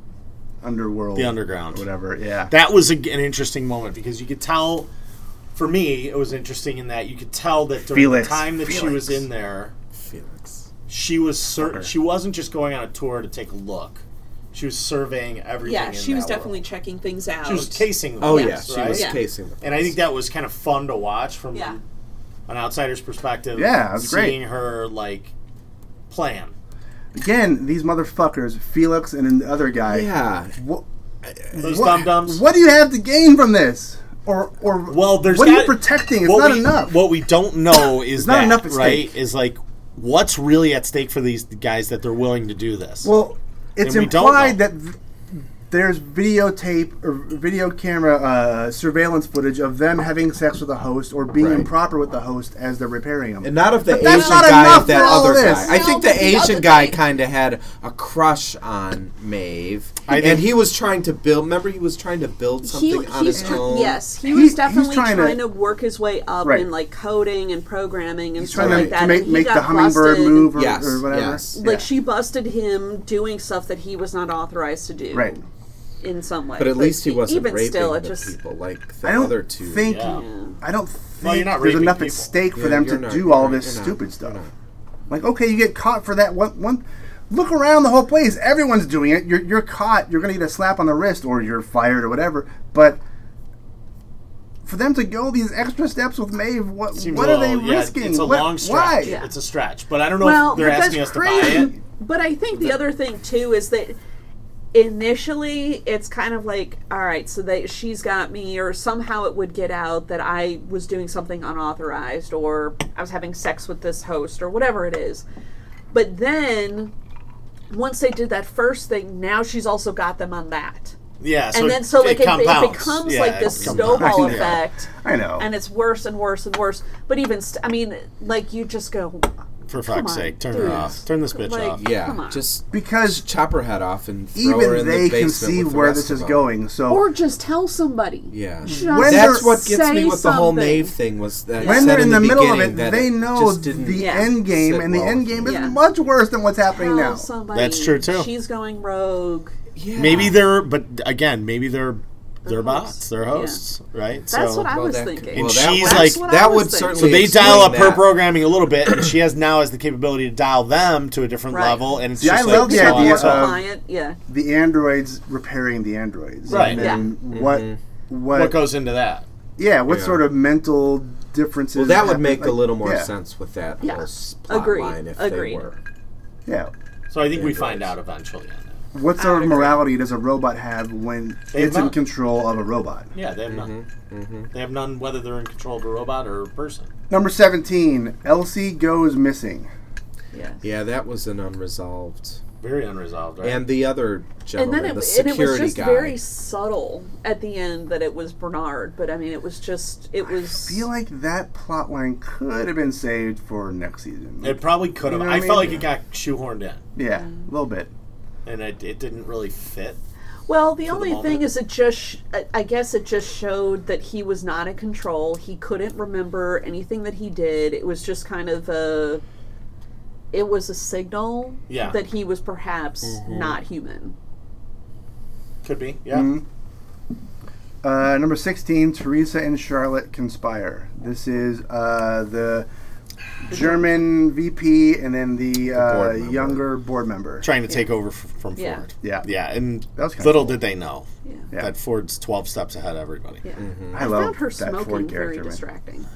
Speaker 3: underworld,
Speaker 4: The underground.
Speaker 3: whatever. Yeah,
Speaker 4: that was a, an interesting moment because you could tell for me it was interesting in that you could tell that during
Speaker 3: Felix.
Speaker 4: the time that she was
Speaker 3: Felix.
Speaker 4: in there
Speaker 6: Felix.
Speaker 4: she was certain she wasn't just going on a tour to take a look she was surveying everything
Speaker 5: Yeah,
Speaker 4: in
Speaker 5: she
Speaker 4: that
Speaker 5: was definitely
Speaker 4: world.
Speaker 5: checking things out.
Speaker 4: she was casing the
Speaker 6: Oh
Speaker 4: place,
Speaker 6: yeah, she
Speaker 4: right?
Speaker 6: was
Speaker 5: Yeah.
Speaker 6: casing. The
Speaker 4: and i think that was kind of fun to watch from
Speaker 5: Yeah.
Speaker 4: an outsider's perspective
Speaker 3: Yeah, it was great.
Speaker 4: seeing her like plan
Speaker 3: again, these motherfuckers, Felix and then the other guy.
Speaker 6: yeah.
Speaker 3: Wha-
Speaker 4: those
Speaker 3: what,
Speaker 4: dum dums
Speaker 3: what do you have to gain from this? Or, or
Speaker 4: Well, there's
Speaker 3: what are you
Speaker 4: got-
Speaker 3: protecting? It's
Speaker 4: what
Speaker 3: not
Speaker 4: we,
Speaker 3: enough.
Speaker 4: What we don't know is
Speaker 3: not
Speaker 4: that,
Speaker 3: enough at
Speaker 4: right?
Speaker 3: stake.
Speaker 4: Is like what's really at stake for these guys that they're willing to do this.
Speaker 3: Well, it's
Speaker 4: And we don't
Speaker 3: implied
Speaker 4: know.
Speaker 3: that th- there's videotape or video camera uh, surveillance footage of them having sex with the host or being
Speaker 6: Right.
Speaker 3: improper with the host as they're repairing them.
Speaker 6: And not of the
Speaker 3: But
Speaker 6: Asian
Speaker 3: that's not
Speaker 6: guy
Speaker 3: enough
Speaker 6: of that
Speaker 3: for all
Speaker 6: other
Speaker 3: this.
Speaker 6: guy. I
Speaker 5: No,
Speaker 6: think
Speaker 5: but
Speaker 6: the
Speaker 5: the
Speaker 6: Asian
Speaker 5: other
Speaker 6: guy
Speaker 5: guy-
Speaker 6: kind of had a crush on Maeve,
Speaker 4: I think-
Speaker 6: and he was trying to build. Remember, he was trying to build something on
Speaker 5: he's
Speaker 6: his
Speaker 5: tr-
Speaker 6: own.
Speaker 5: Yes, he
Speaker 3: He-
Speaker 5: was
Speaker 3: he's
Speaker 5: definitely
Speaker 3: trying
Speaker 5: trying,
Speaker 3: to-
Speaker 5: to, work his way up
Speaker 3: Right.
Speaker 5: in like coding and programming and
Speaker 3: He's
Speaker 5: stuff
Speaker 3: trying
Speaker 5: like
Speaker 3: to,
Speaker 5: that.
Speaker 3: to make,
Speaker 5: and he
Speaker 3: make
Speaker 5: got
Speaker 3: the hummingbird
Speaker 5: busted.
Speaker 3: move or,
Speaker 6: Yes,
Speaker 3: or whatever.
Speaker 6: yes.
Speaker 5: Like
Speaker 3: Yeah.
Speaker 5: she busted him doing stuff that he was not authorized to do.
Speaker 3: Right.
Speaker 5: In some way.
Speaker 6: but at least he wasn't
Speaker 5: e- even
Speaker 6: raping
Speaker 5: still, it
Speaker 6: the
Speaker 5: just
Speaker 6: people like the
Speaker 3: I don't
Speaker 6: other two.
Speaker 3: think
Speaker 4: Yeah.
Speaker 3: I don't
Speaker 4: Well, you're
Speaker 3: think
Speaker 4: not
Speaker 3: there's
Speaker 4: raping
Speaker 3: enough at
Speaker 4: people.
Speaker 3: stake for
Speaker 6: Yeah,
Speaker 3: them
Speaker 6: you're
Speaker 3: to
Speaker 6: not-
Speaker 3: do
Speaker 6: you're
Speaker 3: all
Speaker 6: not-
Speaker 3: this
Speaker 6: you're not-
Speaker 3: stupid
Speaker 6: you're
Speaker 3: stuff.
Speaker 6: not.
Speaker 3: Like, okay, you get caught for that one one look around the whole place. Everyone's doing it. You're you're caught. You're gonna get a slap on the wrist or you're fired or whatever. But for them to go these extra steps with Maeve, what
Speaker 4: Seems
Speaker 3: what
Speaker 4: a
Speaker 3: are they
Speaker 4: little- yeah,
Speaker 3: risking?
Speaker 4: It's a
Speaker 3: What-
Speaker 4: long stretch.
Speaker 3: Why?
Speaker 5: Yeah.
Speaker 4: It's a stretch, but I don't know
Speaker 5: well,
Speaker 4: if they're
Speaker 5: but
Speaker 4: asking
Speaker 5: that's
Speaker 4: us to buy it.
Speaker 5: crazy. But I think the other thing too is that initially it's kind of like, all right, so that she's got me, or somehow it would get out that I was doing something unauthorized, or I was having sex with this host, or whatever it is. But then, once they did that first thing, now she's also got them on that.
Speaker 4: Yeah, so
Speaker 5: and then so
Speaker 4: it,
Speaker 5: like
Speaker 4: it
Speaker 5: it,
Speaker 4: compounds.
Speaker 5: it becomes
Speaker 4: Yeah,
Speaker 5: like
Speaker 4: it
Speaker 5: this
Speaker 4: compounds.
Speaker 5: snowball
Speaker 3: Yeah.
Speaker 5: effect
Speaker 3: I know.
Speaker 5: and it's worse and worse and worse but even st- i mean like you just go
Speaker 4: For
Speaker 5: Come
Speaker 4: fuck's
Speaker 5: on,
Speaker 4: sake, turn her
Speaker 5: dude.
Speaker 4: off. Turn this bitch
Speaker 5: Like-
Speaker 4: off.
Speaker 5: Come
Speaker 6: Yeah,
Speaker 5: on.
Speaker 6: just
Speaker 3: because
Speaker 6: chop her head off and throw her
Speaker 3: even
Speaker 6: in
Speaker 3: they
Speaker 6: the
Speaker 3: can
Speaker 6: basement
Speaker 3: see
Speaker 6: with the
Speaker 3: where
Speaker 6: rest
Speaker 3: this
Speaker 6: of
Speaker 3: is
Speaker 6: them.
Speaker 3: going. So
Speaker 5: or just tell somebody
Speaker 6: Oh. Yeah.
Speaker 5: Just
Speaker 3: When
Speaker 6: That's what
Speaker 5: say
Speaker 6: gets me with the whole
Speaker 5: something.
Speaker 6: Maeve thing was that I
Speaker 3: when
Speaker 6: said
Speaker 3: they're in
Speaker 6: in
Speaker 3: the, middle of
Speaker 6: beginning
Speaker 3: it,
Speaker 6: that
Speaker 3: they know
Speaker 6: just didn't-
Speaker 3: the
Speaker 5: Yeah.
Speaker 3: end game, and the
Speaker 6: sit
Speaker 3: end
Speaker 6: well.
Speaker 3: game is
Speaker 5: Yeah.
Speaker 3: much worse than what's happening
Speaker 5: Tell
Speaker 3: now.
Speaker 5: somebody
Speaker 4: That's true, too.
Speaker 5: she's going rogue
Speaker 6: Yeah.
Speaker 4: Maybe they're, but again, maybe they're they're bots,
Speaker 5: hosts.
Speaker 4: they're
Speaker 5: Yeah.
Speaker 4: hosts, right?
Speaker 5: that's
Speaker 4: so
Speaker 5: what i
Speaker 6: Well,
Speaker 5: was
Speaker 6: that could-
Speaker 5: thinking
Speaker 4: And
Speaker 6: well, that
Speaker 4: she's
Speaker 6: would-
Speaker 4: like-
Speaker 5: That's what I
Speaker 6: that
Speaker 5: was
Speaker 6: would
Speaker 5: thinking.
Speaker 6: certainly
Speaker 4: So they dial up her
Speaker 6: explain that.
Speaker 4: programming a little bit, and she has now has the capability to dial them to a different
Speaker 5: Right.
Speaker 4: level. And it's
Speaker 3: See, I
Speaker 4: just
Speaker 3: love
Speaker 4: like,
Speaker 3: the
Speaker 5: Become
Speaker 4: so on
Speaker 3: idea
Speaker 5: more
Speaker 4: and so
Speaker 6: uh,
Speaker 4: on.
Speaker 3: of-
Speaker 5: compliant, yeah
Speaker 3: the androids repairing the androids,
Speaker 4: Right.
Speaker 3: And then what,
Speaker 6: Mm-hmm.
Speaker 3: what,
Speaker 4: what goes into that.
Speaker 3: yeah, what
Speaker 6: Yeah.
Speaker 3: sort of mental differences?
Speaker 6: Well, that would
Speaker 3: happen-
Speaker 6: make a
Speaker 3: like,
Speaker 6: little more
Speaker 3: yeah,
Speaker 6: sense with that
Speaker 5: Yeah.
Speaker 6: whole s- plot
Speaker 5: Agreed.
Speaker 6: line if
Speaker 5: Agreed.
Speaker 6: they were.
Speaker 3: Yeah,
Speaker 4: So I think we
Speaker 6: Androids.
Speaker 4: find out eventually. On that.
Speaker 3: what
Speaker 5: I
Speaker 3: sort
Speaker 5: would
Speaker 3: of
Speaker 5: agree.
Speaker 3: morality does a robot have when
Speaker 4: They have
Speaker 3: it's in
Speaker 4: none.
Speaker 3: control of a robot?
Speaker 4: Yeah, they have none.
Speaker 6: Mm-hmm,
Speaker 4: They have none whether they're in control of a robot or a person.
Speaker 3: Number 17, Elsie goes missing.
Speaker 5: Yes.
Speaker 6: Yeah, that was an unresolved.
Speaker 4: Very unresolved, right?
Speaker 6: And the other
Speaker 5: And
Speaker 6: gentleman,
Speaker 5: then it,
Speaker 6: the
Speaker 5: and it
Speaker 6: security
Speaker 5: was just
Speaker 6: guy.
Speaker 5: very subtle at the end that it was Bernard, but I mean, it was just, it was.
Speaker 3: I feel like that plot line could have been saved for next season.
Speaker 4: it probably could have.
Speaker 3: You know what
Speaker 4: I
Speaker 3: I
Speaker 4: felt like
Speaker 3: mean?
Speaker 4: it got shoehorned in,
Speaker 3: yeah, a little bit.
Speaker 4: and it, it didn't really fit.
Speaker 5: Well, the
Speaker 4: the
Speaker 5: only
Speaker 4: moment.
Speaker 5: thing is, it just, sh- I- I guess it just showed that he was not in control. He couldn't remember anything that he did. It was just kind of a, it was a signal
Speaker 4: Yeah.
Speaker 5: that he was perhaps
Speaker 6: Mm-hmm.
Speaker 5: not human.
Speaker 4: Could be, yeah.
Speaker 3: Mm-hmm. Uh, number 16, Teresa and Charlotte conspire. This is uh, the German VP and then the, uh,
Speaker 6: member.
Speaker 3: younger board member.
Speaker 4: Trying to take over f- from
Speaker 5: Yeah.
Speaker 4: Ford.
Speaker 3: Yeah.
Speaker 4: yeah. And
Speaker 3: That was kinda
Speaker 4: little
Speaker 3: cool.
Speaker 4: did they know
Speaker 5: Yeah.
Speaker 3: Yeah.
Speaker 4: that Ford's twelve steps ahead of everybody.
Speaker 5: Yeah.
Speaker 6: Mm-hmm.
Speaker 3: I,
Speaker 5: I
Speaker 3: love
Speaker 5: found her
Speaker 3: that
Speaker 5: smoking
Speaker 3: Ford
Speaker 5: very
Speaker 3: character. man.
Speaker 5: distracting.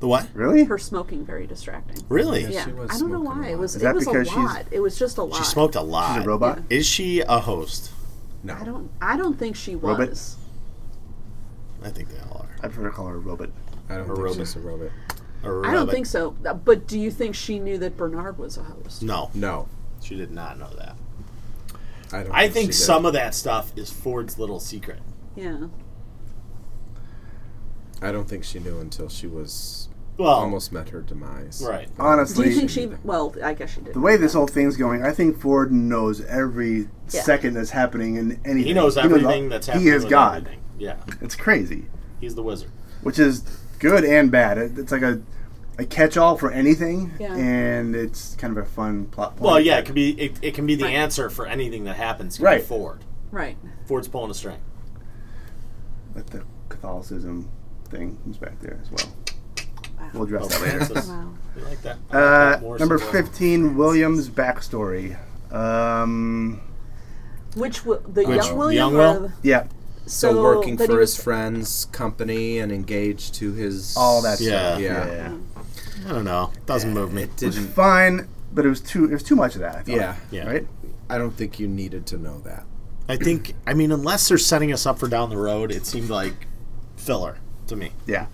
Speaker 4: The what?
Speaker 3: Really?
Speaker 5: Her smoking very distracting.
Speaker 4: Really?
Speaker 5: Yeah,
Speaker 6: she was
Speaker 5: I don't
Speaker 6: smoking
Speaker 5: know
Speaker 6: a
Speaker 5: why.
Speaker 6: lot.
Speaker 5: It was
Speaker 3: Is
Speaker 5: it
Speaker 3: that
Speaker 5: was a
Speaker 3: because she's-
Speaker 5: lot. It was just a lot.
Speaker 4: She smoked a lot.
Speaker 3: She's a robot?
Speaker 4: Is she a host?
Speaker 6: No.
Speaker 5: I don't. I don't think she was.
Speaker 3: Robot?
Speaker 4: I think they all
Speaker 3: I prefer to call her a robot.
Speaker 6: I don't think
Speaker 4: robot.
Speaker 6: she's a robot.
Speaker 4: are. Or
Speaker 5: I don't think so. Uh, But do you think she knew that Bernard was a host?
Speaker 4: No,
Speaker 6: No.
Speaker 4: she did not know that.
Speaker 6: I don't
Speaker 4: I think
Speaker 6: she did.
Speaker 4: some of that stuff is Ford's little secret.
Speaker 6: Mm.
Speaker 5: Yeah.
Speaker 6: I don't think she knew until she was
Speaker 4: Well,
Speaker 6: almost met her demise.
Speaker 4: Oh. right.
Speaker 5: Do you
Speaker 3: Honestly,
Speaker 5: think she? Well, I guess she did.
Speaker 3: the way this whole thing's going, I think Ford knows every
Speaker 5: Yeah.
Speaker 3: second that's happening in anything.
Speaker 4: He knows everything
Speaker 3: all-
Speaker 4: that's happening.
Speaker 3: He is
Speaker 4: with
Speaker 3: God.
Speaker 4: everything. Yeah,
Speaker 3: It's crazy,
Speaker 4: he's the wizard.
Speaker 3: which is good and bad. It, it's like a a catch-all for anything,
Speaker 5: Yeah.
Speaker 3: and it's kind of a fun plot point.
Speaker 4: Well, yeah, it could be. It, it can be the
Speaker 5: Right.
Speaker 4: answer for anything that happens. to
Speaker 3: Right.
Speaker 4: Ford.
Speaker 5: Right.
Speaker 4: Ford's pulling a string.
Speaker 3: But the Catholicism thing comes back there as well.
Speaker 5: Wow.
Speaker 3: We'll address that later.
Speaker 4: Francis.
Speaker 5: Wow.
Speaker 4: We like that. I like
Speaker 3: Uh,
Speaker 4: Oh, that more
Speaker 3: number
Speaker 4: so-
Speaker 3: fifteen, Williams' backstory. Um,
Speaker 5: Which wi- the
Speaker 4: Which
Speaker 5: young William?
Speaker 4: young Will?
Speaker 5: or the-
Speaker 3: yeah,
Speaker 6: So, working
Speaker 5: that he
Speaker 6: for
Speaker 5: was-
Speaker 6: his friend's company and engaged to his
Speaker 3: all that.
Speaker 4: Yeah.
Speaker 3: stuff.
Speaker 6: Yeah.
Speaker 3: yeah.
Speaker 4: I don't know. Doesn't move me.
Speaker 6: It
Speaker 3: It was
Speaker 6: didn't.
Speaker 3: fine, but it was too. It was too much of that. I thought.
Speaker 6: Yeah.
Speaker 4: Yeah.
Speaker 3: Right.
Speaker 6: I don't think you needed to know that.
Speaker 4: I think. I mean, unless they're setting us up for down the road, it seemed like filler to me.
Speaker 3: Yeah.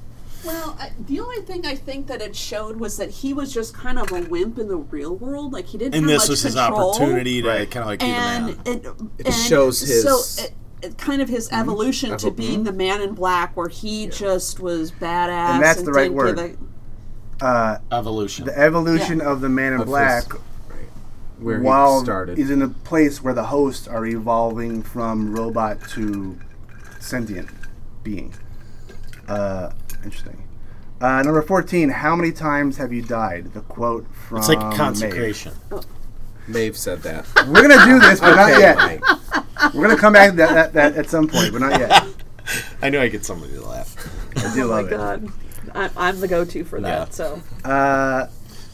Speaker 5: Well, I, the only thing I think that it showed was that he was just kind of a wimp in the real world. Like he didn't.
Speaker 4: And
Speaker 5: have
Speaker 4: this
Speaker 5: much
Speaker 4: was his
Speaker 5: control.
Speaker 4: opportunity to
Speaker 3: Right.
Speaker 4: kind of like be the
Speaker 5: and
Speaker 4: man.
Speaker 5: it,
Speaker 6: It
Speaker 5: and
Speaker 6: shows his-
Speaker 5: so it, it kind of his evolution to
Speaker 6: Evo-
Speaker 5: being the man in black, where he just was badass.
Speaker 3: And that's the right
Speaker 5: didn't give
Speaker 3: word.
Speaker 5: a-
Speaker 3: Uh,
Speaker 4: Evolution.
Speaker 3: the evolution of the Man in
Speaker 6: Of his-
Speaker 3: Black,
Speaker 6: Right. Where
Speaker 3: while
Speaker 6: he started.
Speaker 3: is in a place where the hosts are evolving from robot to sentient being. Uh, interesting. Uh, number fourteen. How many times have you died? The quote from
Speaker 4: it's like
Speaker 3: Maeve.
Speaker 4: consecration.
Speaker 6: Maeve said that.
Speaker 3: We're gonna do this, but not
Speaker 6: Okay,
Speaker 3: yet.
Speaker 6: Mike.
Speaker 3: We're gonna come back to that, that, that at some point, but not yet.
Speaker 4: I know I get somebody to laugh.
Speaker 3: I do
Speaker 5: Oh my
Speaker 3: love it.
Speaker 5: god, I'm, I'm the go-to for
Speaker 4: Yeah.
Speaker 5: that. So
Speaker 3: Uh,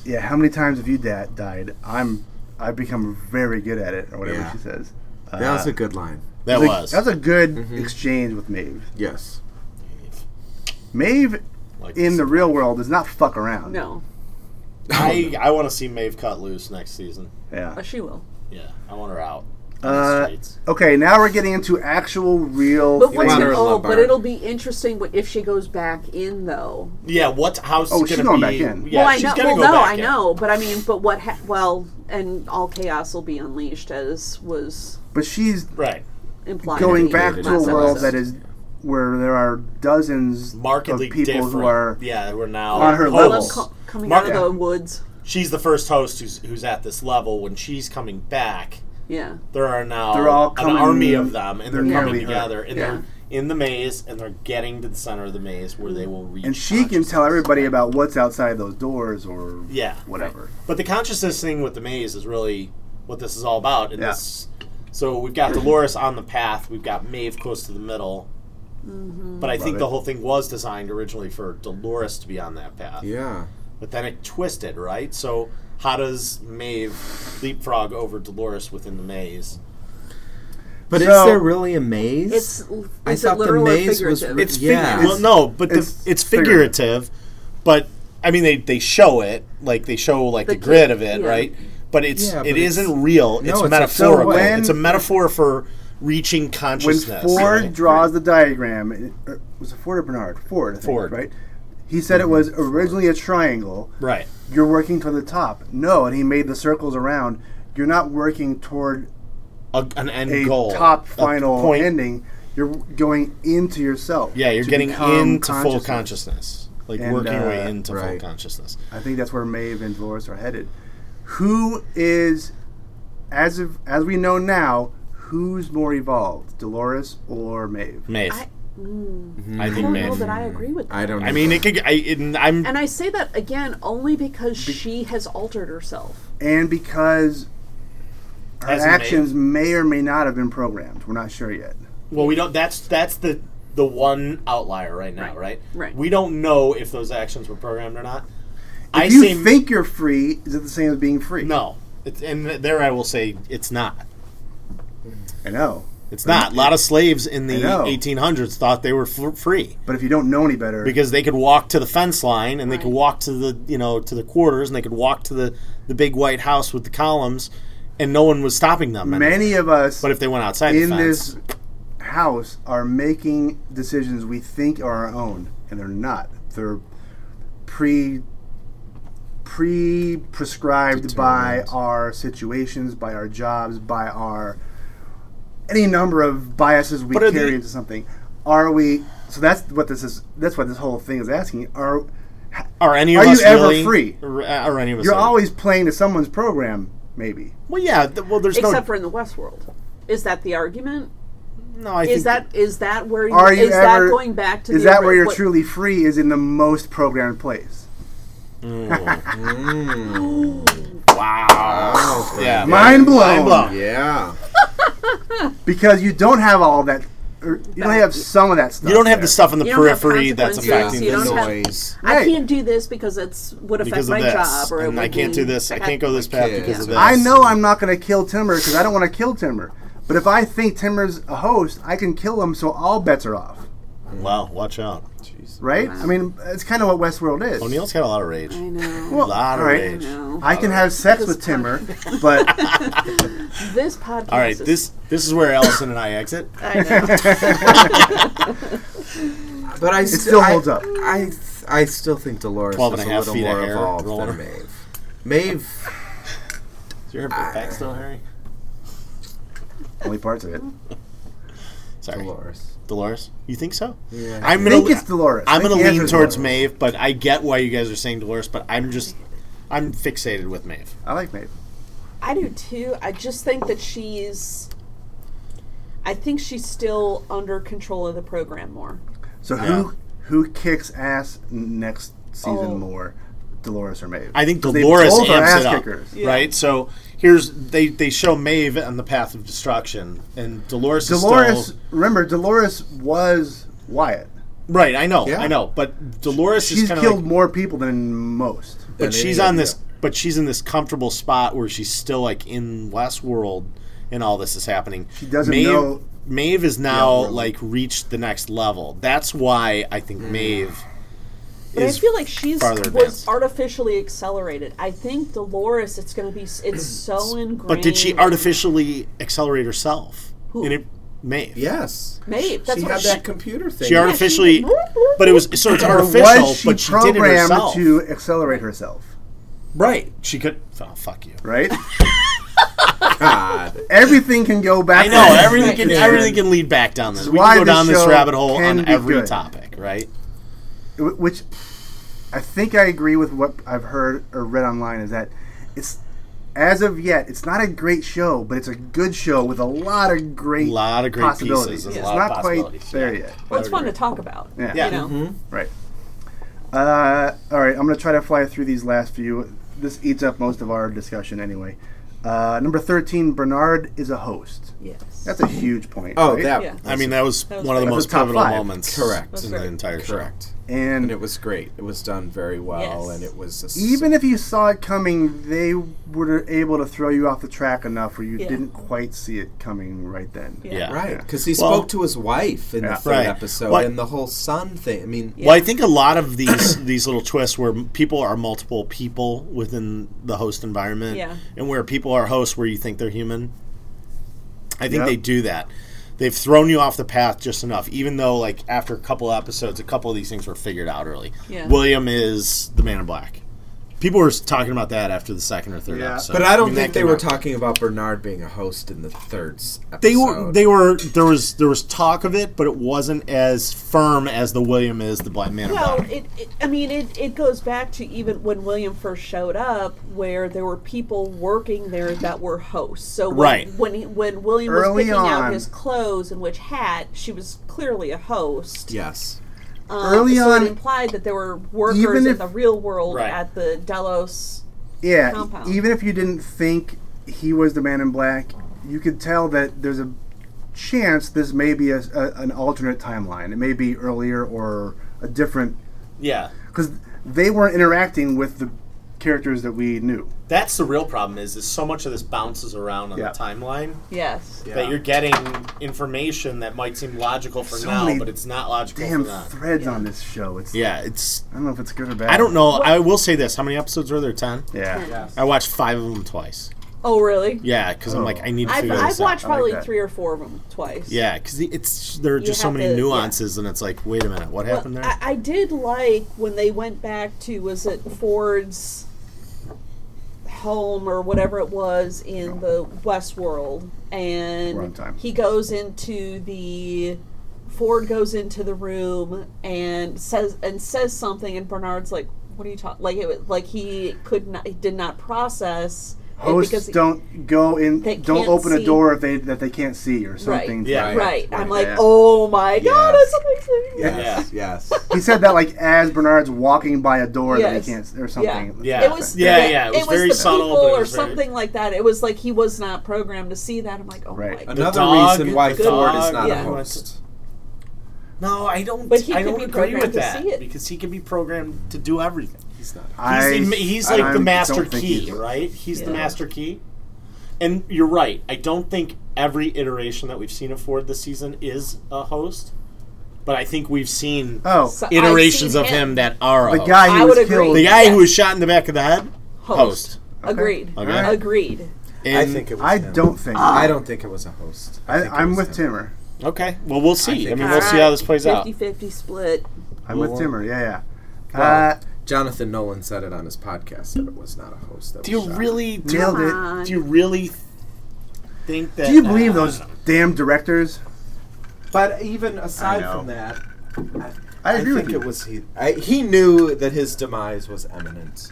Speaker 3: yeah. How many times have you da- died? I'm. I've become very good at it, or whatever
Speaker 6: Yeah.
Speaker 3: she says.
Speaker 6: That was a good line.
Speaker 4: That
Speaker 3: Like,
Speaker 4: was.
Speaker 3: That was a good
Speaker 6: Mm-hmm.
Speaker 3: exchange with Maeve.
Speaker 6: Yes.
Speaker 3: Maeve
Speaker 4: Like
Speaker 3: in the real world does not fuck around.
Speaker 5: no,
Speaker 4: I, I want to see Maeve cut loose next season.
Speaker 5: uh,
Speaker 3: Yeah.
Speaker 5: she will.
Speaker 4: Yeah, I want her out.
Speaker 3: Uh, Okay, now we're getting into actual real
Speaker 5: But what's
Speaker 3: things.
Speaker 6: want her
Speaker 5: it,
Speaker 6: in
Speaker 5: oh,
Speaker 6: lumbar.
Speaker 5: but it'll be interesting what- if she goes back in though.
Speaker 4: yeah, what house?
Speaker 3: Oh,
Speaker 4: is
Speaker 3: she's
Speaker 4: gonna
Speaker 3: going
Speaker 4: be,
Speaker 3: back in.
Speaker 4: Yeah,
Speaker 5: well, I
Speaker 4: she's
Speaker 5: know.
Speaker 4: gonna
Speaker 5: Well,
Speaker 4: go
Speaker 5: no,
Speaker 4: back
Speaker 5: I
Speaker 4: in.
Speaker 5: know. But I mean, but what? Ha- well, and all chaos will be unleashed, as was
Speaker 3: But she's
Speaker 4: Right,
Speaker 5: implied.
Speaker 3: going
Speaker 5: in the
Speaker 3: back
Speaker 6: it
Speaker 3: to a
Speaker 5: last
Speaker 3: world
Speaker 5: episode.
Speaker 3: that is where there are dozens
Speaker 4: markedly
Speaker 3: of people
Speaker 4: different.
Speaker 3: who are
Speaker 4: yeah, we're now
Speaker 3: on her
Speaker 4: hosts.
Speaker 5: I
Speaker 3: level.
Speaker 5: love co- coming out
Speaker 4: Mark-
Speaker 5: of the woods.
Speaker 4: She's the first host who's who's at this level. When she's coming back,
Speaker 5: Yeah.
Speaker 4: there are now
Speaker 3: They're all
Speaker 4: an
Speaker 3: coming-
Speaker 4: army of them, and they're
Speaker 3: they're
Speaker 4: coming
Speaker 3: nearly there.
Speaker 4: together, and they're in the maze, and they're getting to the center of the maze where they will reach.
Speaker 3: and she can
Speaker 4: consciousness.
Speaker 3: tell everybody about what's outside those doors or
Speaker 4: Yeah.
Speaker 3: whatever.
Speaker 4: But the consciousness thing with the maze is really what this is all about. And
Speaker 3: Yeah.
Speaker 4: this, so we've got Dolores on the path. We've got Maeve close to the middle. But I think
Speaker 3: it.
Speaker 4: the whole thing was designed originally for Dolores to be on that path.
Speaker 6: Yeah.
Speaker 4: But then it twisted, right? So how does Maeve leapfrog over Dolores within the maze?
Speaker 6: But
Speaker 3: So-
Speaker 6: is there really a maze?
Speaker 5: It's.
Speaker 6: I
Speaker 5: Is it
Speaker 6: thought the
Speaker 5: literal or
Speaker 6: maze was
Speaker 5: figurative?
Speaker 6: re-
Speaker 4: It's
Speaker 6: Yeah.
Speaker 4: figurative. Well, no, but the,
Speaker 3: It's-
Speaker 4: it's,
Speaker 3: it's figurative.
Speaker 4: figurative, But I mean, they they show it like they show like the,
Speaker 5: The
Speaker 4: grid
Speaker 5: kid-
Speaker 4: of it,
Speaker 5: yeah.
Speaker 4: right? but it's
Speaker 6: Yeah, but
Speaker 4: it
Speaker 6: it's-
Speaker 4: isn't real.
Speaker 6: No,
Speaker 4: it's,
Speaker 6: it's a-
Speaker 4: metaphorical.
Speaker 3: so when-
Speaker 4: it's a metaphor for reaching
Speaker 3: when
Speaker 4: consciousness.
Speaker 3: Ford
Speaker 4: right?
Speaker 3: draws the diagram, it, or was it Ford or Bernard? Ford. I think,
Speaker 4: Ford. Mm-hmm.
Speaker 3: Right. He said it was originally a triangle.
Speaker 4: right.
Speaker 3: You're working to the top. No, and he made the circles around. You're not working toward
Speaker 4: A, an end
Speaker 3: a
Speaker 4: goal,
Speaker 3: top
Speaker 4: a
Speaker 3: final
Speaker 4: point.
Speaker 3: ending. You're going into yourself.
Speaker 4: Yeah, you're
Speaker 3: to
Speaker 4: getting
Speaker 3: become
Speaker 4: into full
Speaker 3: consciousness.
Speaker 4: consciousness, like
Speaker 3: And,
Speaker 4: working your way
Speaker 3: uh,
Speaker 4: into full
Speaker 6: right.
Speaker 4: consciousness.
Speaker 3: I think that's where Maeve and Dolores are headed. Who is, as of as we know now, who's more evolved, Dolores or Maeve?
Speaker 4: Maeve,
Speaker 5: I-
Speaker 4: I, think
Speaker 5: don't know
Speaker 4: Maeve.
Speaker 5: that I agree with that.
Speaker 6: I don't.
Speaker 4: I mean, it could. I, it, I'm.
Speaker 5: and I say that again only because she has altered herself.
Speaker 3: And because her
Speaker 4: As in Maeve.
Speaker 3: actions may or may not have been programmed, we're not sure yet.
Speaker 4: Well, we don't. That's that's the the one outlier right now, right?
Speaker 5: Right.
Speaker 4: We don't know if those actions were programmed or not. I
Speaker 3: If you
Speaker 4: say
Speaker 3: think you're free, is it the same as being free?
Speaker 4: no, it's, and there I will say it's not.
Speaker 3: I know.
Speaker 4: It's not. A lot of slaves in the
Speaker 3: Mm-hmm. I know.
Speaker 4: 1800s thought they were f- free
Speaker 3: But if you don't know any better,
Speaker 4: because they could walk to the fence line and they could
Speaker 5: Right.
Speaker 4: walk to the you know to the quarters and they could walk to the the big white house with the columns, and no one was stopping them. And-
Speaker 3: many of us
Speaker 4: But if they went outside
Speaker 3: in
Speaker 4: the fence,
Speaker 3: this house are making decisions we think are our own, and they're not. They're pre pre prescribed by our situations, by our jobs, by our any number of biases we
Speaker 4: But are
Speaker 3: carry
Speaker 4: they-
Speaker 3: into something. Are we? So that's what this is. That's what this whole thing is asking. Are
Speaker 4: are any of
Speaker 3: Are you
Speaker 4: us
Speaker 3: ever
Speaker 4: really-
Speaker 3: free?
Speaker 4: Are, are any of us?
Speaker 3: you're
Speaker 4: ever-
Speaker 3: always playing to someone's program? Maybe.
Speaker 4: well, yeah. th- Well, there's no
Speaker 5: Except for in the Westworld. Is that the argument?
Speaker 4: No, I
Speaker 5: Is
Speaker 4: think
Speaker 5: that is that where you,
Speaker 3: Are you
Speaker 5: is
Speaker 3: ever-
Speaker 5: that going back to
Speaker 3: Is
Speaker 5: the
Speaker 3: that where
Speaker 5: ori-
Speaker 3: you're
Speaker 5: what-
Speaker 3: truly free? Is in the most programmed place.
Speaker 4: wow. Yeah,
Speaker 3: Mind
Speaker 4: Mind blown.
Speaker 6: yeah.
Speaker 3: because you don't have all that. Or you don't have some of that stuff.
Speaker 4: You don't have the
Speaker 3: there.
Speaker 4: stuff in the
Speaker 5: You don't have
Speaker 4: periphery that's
Speaker 5: consequences,
Speaker 4: affecting
Speaker 5: you
Speaker 4: the
Speaker 5: don't have-
Speaker 4: noise
Speaker 5: I
Speaker 3: Right.
Speaker 5: can't do this because it's would affect
Speaker 4: because of
Speaker 5: my
Speaker 4: this,
Speaker 5: job, or it
Speaker 4: and I
Speaker 5: would
Speaker 4: can't
Speaker 5: be-
Speaker 4: do this. I
Speaker 5: like,
Speaker 4: can't go this path because of this.
Speaker 3: I know I'm not going to kill Timber because I don't want to kill Timber. But if I think Timber's a host, I can kill him, so all bets are off.
Speaker 4: Wow, watch out.
Speaker 3: Right? I mean, it's kind of what Westworld is.
Speaker 4: O'Neill's got a lot of rage.
Speaker 5: I
Speaker 4: A
Speaker 5: know.
Speaker 3: Well,
Speaker 4: lot of
Speaker 3: all right.
Speaker 4: rage.
Speaker 5: No.
Speaker 3: I can have sex with Timber, but
Speaker 5: This podcast.
Speaker 4: All right,
Speaker 5: is-
Speaker 4: this this is where Allison and I exit.
Speaker 5: I know.
Speaker 6: But I st-
Speaker 3: still holds
Speaker 6: I,
Speaker 3: up.
Speaker 6: I th- I still think Dolores
Speaker 4: 12
Speaker 6: is
Speaker 4: and
Speaker 6: a
Speaker 4: a half
Speaker 6: little
Speaker 4: feet of
Speaker 6: more
Speaker 4: hair
Speaker 6: evolved
Speaker 4: rolling.
Speaker 6: than Maeve. Maeve,
Speaker 4: Is your back still hairy?
Speaker 3: only parts of it.
Speaker 4: Sorry,
Speaker 6: Dolores.
Speaker 4: Dolores. You think so?
Speaker 6: Yeah.
Speaker 4: I'm
Speaker 3: I
Speaker 4: gonna.
Speaker 3: think it's Dolores.
Speaker 4: I'm
Speaker 3: I think
Speaker 4: gonna
Speaker 3: the
Speaker 4: lean
Speaker 3: answer's
Speaker 4: towards
Speaker 3: Dolores.
Speaker 4: Maeve, but I get why you guys are saying Dolores. But I'm just, I'm fixated with Maeve.
Speaker 3: I like Maeve.
Speaker 5: I do too. I just think that she's. I think she's still under control of the program more.
Speaker 3: So
Speaker 4: Yeah.
Speaker 3: who who kicks ass next season
Speaker 5: Oh.
Speaker 3: more, Dolores or Maeve?
Speaker 4: I think
Speaker 3: 'Cause they
Speaker 4: Dolores
Speaker 3: both are
Speaker 4: amps
Speaker 3: ass
Speaker 4: it up,
Speaker 3: kickers.
Speaker 4: right? So here's they they show Maeve on the path of destruction, and Dolores. is
Speaker 3: Dolores,
Speaker 4: still,
Speaker 3: remember, Dolores was Wyatt.
Speaker 4: right? I know,
Speaker 6: Yeah.
Speaker 4: I know, but Dolores
Speaker 3: She's
Speaker 4: is kind
Speaker 3: killed
Speaker 4: of, like,
Speaker 3: more people than most.
Speaker 4: but
Speaker 6: than
Speaker 4: she's
Speaker 6: any
Speaker 4: on
Speaker 6: of
Speaker 4: this, but she's in this comfortable spot where she's still like in Westworld, and all this is happening. She
Speaker 3: doesn't
Speaker 4: Maeve,
Speaker 3: know-
Speaker 4: Maeve is now like reached the next level. That's why I think Maeve.
Speaker 5: Mm. But I
Speaker 4: is
Speaker 5: feel like she's
Speaker 4: farther
Speaker 5: was
Speaker 4: advanced.
Speaker 5: artificially accelerated. I think Dolores, it's going to be. s- It's so ingrained.
Speaker 4: But did she artificially accelerate herself?
Speaker 5: Who?
Speaker 4: And it, Maeve.
Speaker 6: Yes.
Speaker 5: Maybe that's
Speaker 6: she
Speaker 5: what
Speaker 6: had that computer thing.
Speaker 4: She artificially, but it was so it's artificial.
Speaker 3: was she
Speaker 4: but she did it
Speaker 3: programmed
Speaker 4: herself.
Speaker 3: to accelerate herself?
Speaker 4: Right. She could. Oh, fuck you.
Speaker 3: Right.
Speaker 6: God.
Speaker 3: everything can go back.
Speaker 4: I know everything can everything can lead back down this. We
Speaker 3: why
Speaker 4: can go
Speaker 3: this
Speaker 4: down this
Speaker 3: show
Speaker 4: rabbit hole
Speaker 3: can
Speaker 4: on
Speaker 3: be
Speaker 4: every
Speaker 3: good.
Speaker 4: topic, right?
Speaker 3: Which I think I agree with what I've heard or read online is that it's as of yet it's not a great show, but it's a good show with a lot of great
Speaker 4: A lot of great
Speaker 3: possibilities.
Speaker 4: pieces and a
Speaker 3: It's
Speaker 4: lot of
Speaker 3: not quite
Speaker 4: possibilities,
Speaker 3: there
Speaker 4: yeah.
Speaker 3: yet.
Speaker 5: Well, it's fun to talk about.
Speaker 3: Yeah.
Speaker 4: Yeah. Mm-hmm.
Speaker 5: You know.
Speaker 3: Right. Uh, all right, I'm going to try to fly through these last few. This eats up most of our discussion anyway. Uh, number 13, Bernard is a host.
Speaker 5: Yes.
Speaker 3: That's a huge point.
Speaker 6: Oh,
Speaker 3: right?
Speaker 6: that
Speaker 8: Yeah.
Speaker 4: I mean, that was
Speaker 8: That was
Speaker 4: one of the
Speaker 8: great.
Speaker 3: That's
Speaker 4: most
Speaker 3: the top
Speaker 4: pivotal
Speaker 3: five.
Speaker 4: moments.
Speaker 6: Correct.
Speaker 4: In
Speaker 6: That's
Speaker 4: the
Speaker 8: great.
Speaker 4: entire show.
Speaker 6: correct.
Speaker 3: and
Speaker 6: And it was great. It was done very well,
Speaker 5: Yes.
Speaker 6: and it was a s-
Speaker 3: even if you saw it coming, they were able to throw you off the track enough where you
Speaker 5: Yeah.
Speaker 3: didn't quite see it coming right then.
Speaker 5: Yeah.
Speaker 4: Yeah.
Speaker 6: right because he
Speaker 4: Well-
Speaker 6: spoke to his wife in
Speaker 3: Yeah.
Speaker 6: the third
Speaker 4: Right.
Speaker 6: episode,
Speaker 4: Well,
Speaker 6: and the whole son thing. I mean,
Speaker 5: Yeah.
Speaker 4: Well, I think a lot of these these little twists where m- people are multiple people within the host environment,
Speaker 5: Yeah.
Speaker 4: and where people are hosts where you think they're human, I think
Speaker 3: Yeah.
Speaker 4: they do that. They've thrown you off the path just enough, even though like after a couple episodes, a couple of these things were figured out early.
Speaker 5: Yeah.
Speaker 4: William is the Man in Black. People were talking about that after the second or third
Speaker 3: Yeah.
Speaker 4: episode.
Speaker 6: but I don't
Speaker 4: mean, that
Speaker 6: think they
Speaker 4: came
Speaker 6: were
Speaker 4: out.
Speaker 6: talking about Bernard being a host in the third s- episode.
Speaker 4: They were. They were. There was. There was talk of it, but it wasn't as firm as the William is the Black Man in
Speaker 5: Well,
Speaker 4: Black.
Speaker 5: it, it, I mean, it, it goes back to even when William first showed up, where there were people working there that were hosts. So when,
Speaker 4: Right.
Speaker 5: when he, when William
Speaker 3: Early
Speaker 5: was picking
Speaker 3: on.
Speaker 5: out his clothes and which hat, she was clearly a host.
Speaker 6: yes.
Speaker 5: Um,
Speaker 3: Early
Speaker 5: so
Speaker 3: on,
Speaker 5: it implied that there were workers
Speaker 3: even if-
Speaker 5: in the real world
Speaker 4: Right.
Speaker 5: at the Delos.
Speaker 3: Yeah, e-
Speaker 5: Compound.
Speaker 3: even if you didn't think he was the man in black, you could tell that there's a chance this may be a, a- an alternate timeline. It may be earlier or a different
Speaker 4: yeah.
Speaker 3: because they weren't interacting with the characters that we knew.
Speaker 4: That's the real problem. Is is so much of this bounces around on
Speaker 3: Yeah.
Speaker 4: the timeline
Speaker 5: Yes.
Speaker 4: that you're getting information that might seem logical for
Speaker 3: So
Speaker 4: now,
Speaker 3: many
Speaker 4: but it's not logical
Speaker 3: Damn
Speaker 4: for that.
Speaker 3: threads on this show. It's
Speaker 4: Yeah, it's.
Speaker 3: I don't know if it's good or bad.
Speaker 4: I don't know. I will say this: How many episodes were there? Ten.
Speaker 3: Yeah.
Speaker 4: I watched five of them twice.
Speaker 5: Oh, really?
Speaker 4: Yeah, because I'm like, I need to
Speaker 5: I've,
Speaker 4: figure this
Speaker 5: I've watched
Speaker 4: out.
Speaker 3: like
Speaker 5: probably
Speaker 3: that.
Speaker 5: three or four of them twice.
Speaker 4: Yeah, because it's there are
Speaker 5: You
Speaker 4: just so
Speaker 5: have
Speaker 4: many
Speaker 5: to- yeah.
Speaker 4: nuances, and it's like, wait a minute, what
Speaker 5: Well,
Speaker 4: happened there?
Speaker 5: I, I did like when they went back to was it Ford's home or whatever it was in the Westworld,
Speaker 3: Wrong
Speaker 5: and
Speaker 3: time.
Speaker 5: he goes into the Ford goes into the room and says and says something, and Bernard's like, "What are you talking?" Like it was like he could not he did not process it
Speaker 3: Hosts don't go in.
Speaker 5: They
Speaker 3: Don't
Speaker 5: can't
Speaker 3: open a
Speaker 5: see.
Speaker 3: door if they that they can't see or something.
Speaker 6: Yeah.
Speaker 5: Right. I'm
Speaker 6: Right.
Speaker 5: like,
Speaker 3: Yeah.
Speaker 5: oh my god,
Speaker 6: Yes.
Speaker 5: that's amazing.
Speaker 6: Yes. Yes.
Speaker 3: He said that like as Bernard's walking by a door that
Speaker 5: Yes.
Speaker 3: he can't s- or something.
Speaker 4: Yeah.
Speaker 5: It was
Speaker 4: Yeah,
Speaker 5: yeah,
Speaker 4: yeah, it
Speaker 5: It
Speaker 4: was
Speaker 5: was,
Speaker 4: very
Speaker 5: the
Speaker 4: subtle,
Speaker 5: people
Speaker 4: but it
Speaker 5: or
Speaker 4: was very-
Speaker 5: something like that. It was like he was not programmed to see that. I'm like, oh
Speaker 3: Right.
Speaker 5: my god.
Speaker 6: Another
Speaker 4: dog,
Speaker 6: reason why
Speaker 4: the
Speaker 6: Ford
Speaker 4: dog,
Speaker 6: is not
Speaker 5: yeah.
Speaker 6: a host.
Speaker 4: no, I don't.
Speaker 5: But he
Speaker 4: I
Speaker 5: could
Speaker 4: don't
Speaker 5: be
Speaker 4: agree
Speaker 5: programmed
Speaker 4: with
Speaker 5: to
Speaker 4: that
Speaker 5: see it.
Speaker 4: because he can be programmed to do everything.
Speaker 6: He's not. A
Speaker 3: I,
Speaker 4: he's, the, he's like
Speaker 3: I
Speaker 4: the
Speaker 3: don't
Speaker 4: master
Speaker 3: think
Speaker 4: key,
Speaker 3: he's-
Speaker 4: right? He's the
Speaker 5: Yeah.
Speaker 4: master key. And you're right. I don't think every iteration that we've seen of Ford this season is a host, but I think we've seen
Speaker 6: Uh,
Speaker 3: Oh,
Speaker 5: So I've
Speaker 4: iterations
Speaker 5: seen
Speaker 4: of him. that are a
Speaker 3: the
Speaker 4: host.
Speaker 3: guy
Speaker 5: I
Speaker 3: who was
Speaker 5: would agree.
Speaker 3: killed.
Speaker 4: the guy who
Speaker 5: Yes.
Speaker 4: was shot in the back of the head, host.
Speaker 5: Agreed.
Speaker 4: Okay.
Speaker 5: Agreed.
Speaker 4: And,
Speaker 6: I think it was
Speaker 3: I
Speaker 6: him.
Speaker 3: don't think.
Speaker 6: I don't think it was a host. I
Speaker 3: I,
Speaker 6: think it
Speaker 3: I'm
Speaker 6: was
Speaker 3: with
Speaker 6: him.
Speaker 3: Timmer.
Speaker 4: Okay, well we'll see. I,
Speaker 6: think
Speaker 4: mean,
Speaker 6: it's-
Speaker 4: we'll see how this plays out.
Speaker 8: 50 split.
Speaker 3: I'm
Speaker 6: Well,
Speaker 3: with Timmer. Yeah, yeah.
Speaker 6: Well,
Speaker 3: uh,
Speaker 6: Jonathan Nolan said it on his podcast that it was not a host. That
Speaker 4: Do
Speaker 6: was
Speaker 4: you
Speaker 6: shot.
Speaker 4: really do,
Speaker 3: Nailed
Speaker 4: you-
Speaker 8: it.
Speaker 4: do you really think that?
Speaker 3: do you
Speaker 4: uh,
Speaker 3: believe those damn directors?
Speaker 6: But even aside
Speaker 3: know.
Speaker 6: from that,
Speaker 3: I agree
Speaker 6: think
Speaker 3: with you.
Speaker 6: it was he. I, he knew that his demise was imminent.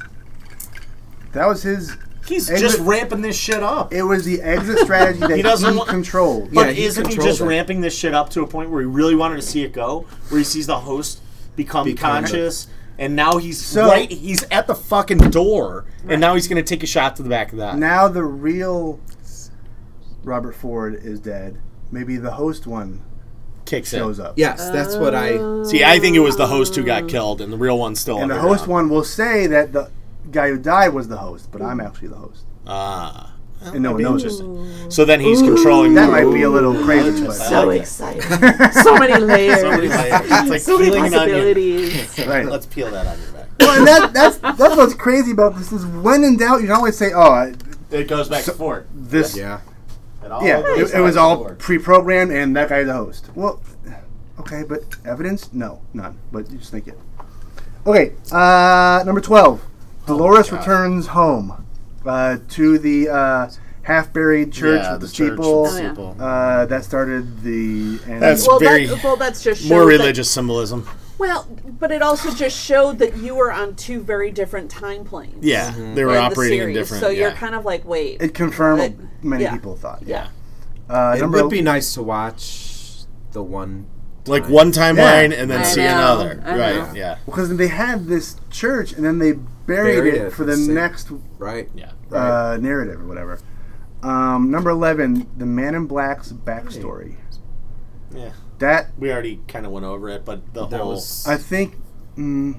Speaker 3: that was his.
Speaker 4: He's
Speaker 3: And
Speaker 4: just
Speaker 3: the-
Speaker 4: ramping this shit up.
Speaker 3: It was the exit strategy that he,
Speaker 4: doesn't wa-
Speaker 3: controlled.
Speaker 6: Yeah,
Speaker 4: But
Speaker 6: he
Speaker 4: isn't he
Speaker 6: controlled
Speaker 4: just
Speaker 6: it.
Speaker 4: ramping this shit up to a point where he really wanted to see it go, where he sees the host become,
Speaker 6: Become the-
Speaker 4: conscious, and now he's
Speaker 3: So-
Speaker 4: right, he's at the fucking door, and now he's gonna take a shot to the back of that.
Speaker 3: Now the real Robert Ford is dead. Maybe the host one
Speaker 4: Kicks in.
Speaker 3: shows up.
Speaker 6: Yes, that's what I.
Speaker 5: Oh.
Speaker 4: See, I think it was the host who got killed, and the real one's still.
Speaker 3: And the
Speaker 4: underground.
Speaker 3: host one will say that the guy who died was the host, but I'm actually the host.
Speaker 4: Ah,
Speaker 3: And no one knows it.
Speaker 4: interesting. So then he's controlling.
Speaker 3: That
Speaker 4: the-
Speaker 3: might be a little crazy,
Speaker 4: I
Speaker 3: but
Speaker 8: So
Speaker 4: like it.
Speaker 8: excited. so many layers.
Speaker 4: So many layers. It's like
Speaker 8: So many
Speaker 4: peeling an onion.
Speaker 8: possibilities.
Speaker 3: right.
Speaker 4: Let's peel that on your back.
Speaker 3: Well, and that, that's that's what's crazy about this is when in doubt, you can always say, "Oh, I-
Speaker 4: It goes back and forth.
Speaker 3: this."
Speaker 6: Yeah.
Speaker 4: It all
Speaker 3: Yeah,
Speaker 4: goes
Speaker 3: it, it
Speaker 4: back
Speaker 3: was
Speaker 4: and
Speaker 3: all
Speaker 4: forth.
Speaker 3: pre-programmed, and that guy's the host. Well, okay, but evidence? No, none. But you just think it. Okay, uh, number twelve. Dolores returns home uh, to the uh, half-buried church
Speaker 4: Oh, Yeah,
Speaker 3: with the,
Speaker 4: the church with
Speaker 3: steeple.
Speaker 4: the
Speaker 8: yeah.
Speaker 4: steeple.
Speaker 3: uh, that started the. And
Speaker 4: That's-
Speaker 8: Well,
Speaker 4: Very-
Speaker 8: that, well, that's just
Speaker 4: More
Speaker 8: shows that-
Speaker 4: religious symbolism.
Speaker 8: well,
Speaker 5: But it also just showed that you were on two very different time planes.
Speaker 4: Yeah, they were
Speaker 5: in the
Speaker 4: operating in
Speaker 5: series.
Speaker 4: different.
Speaker 5: So you're
Speaker 4: yeah.
Speaker 5: kind of like, wait.
Speaker 3: it confirmed what
Speaker 5: It-
Speaker 3: many
Speaker 5: yeah.
Speaker 3: people thought.
Speaker 4: Yeah.
Speaker 3: Uh,
Speaker 6: It
Speaker 3: number
Speaker 6: would be nice to watch the one.
Speaker 4: like one timeline and then
Speaker 8: I
Speaker 4: see
Speaker 8: know,
Speaker 4: another.
Speaker 8: I
Speaker 4: right?
Speaker 8: know.
Speaker 4: Yeah.
Speaker 3: because they had this church and then they buried,
Speaker 6: Buried
Speaker 3: it
Speaker 6: it,
Speaker 3: for the
Speaker 6: same.
Speaker 3: next
Speaker 6: Right.
Speaker 4: Yeah.
Speaker 6: Right.
Speaker 3: uh, narrative or whatever. Um, number 11, The Man in Black's backstory.
Speaker 4: Yeah,
Speaker 3: That,
Speaker 4: we already kind of went over it, but the
Speaker 6: That
Speaker 4: whole
Speaker 6: was.
Speaker 3: I think, mm,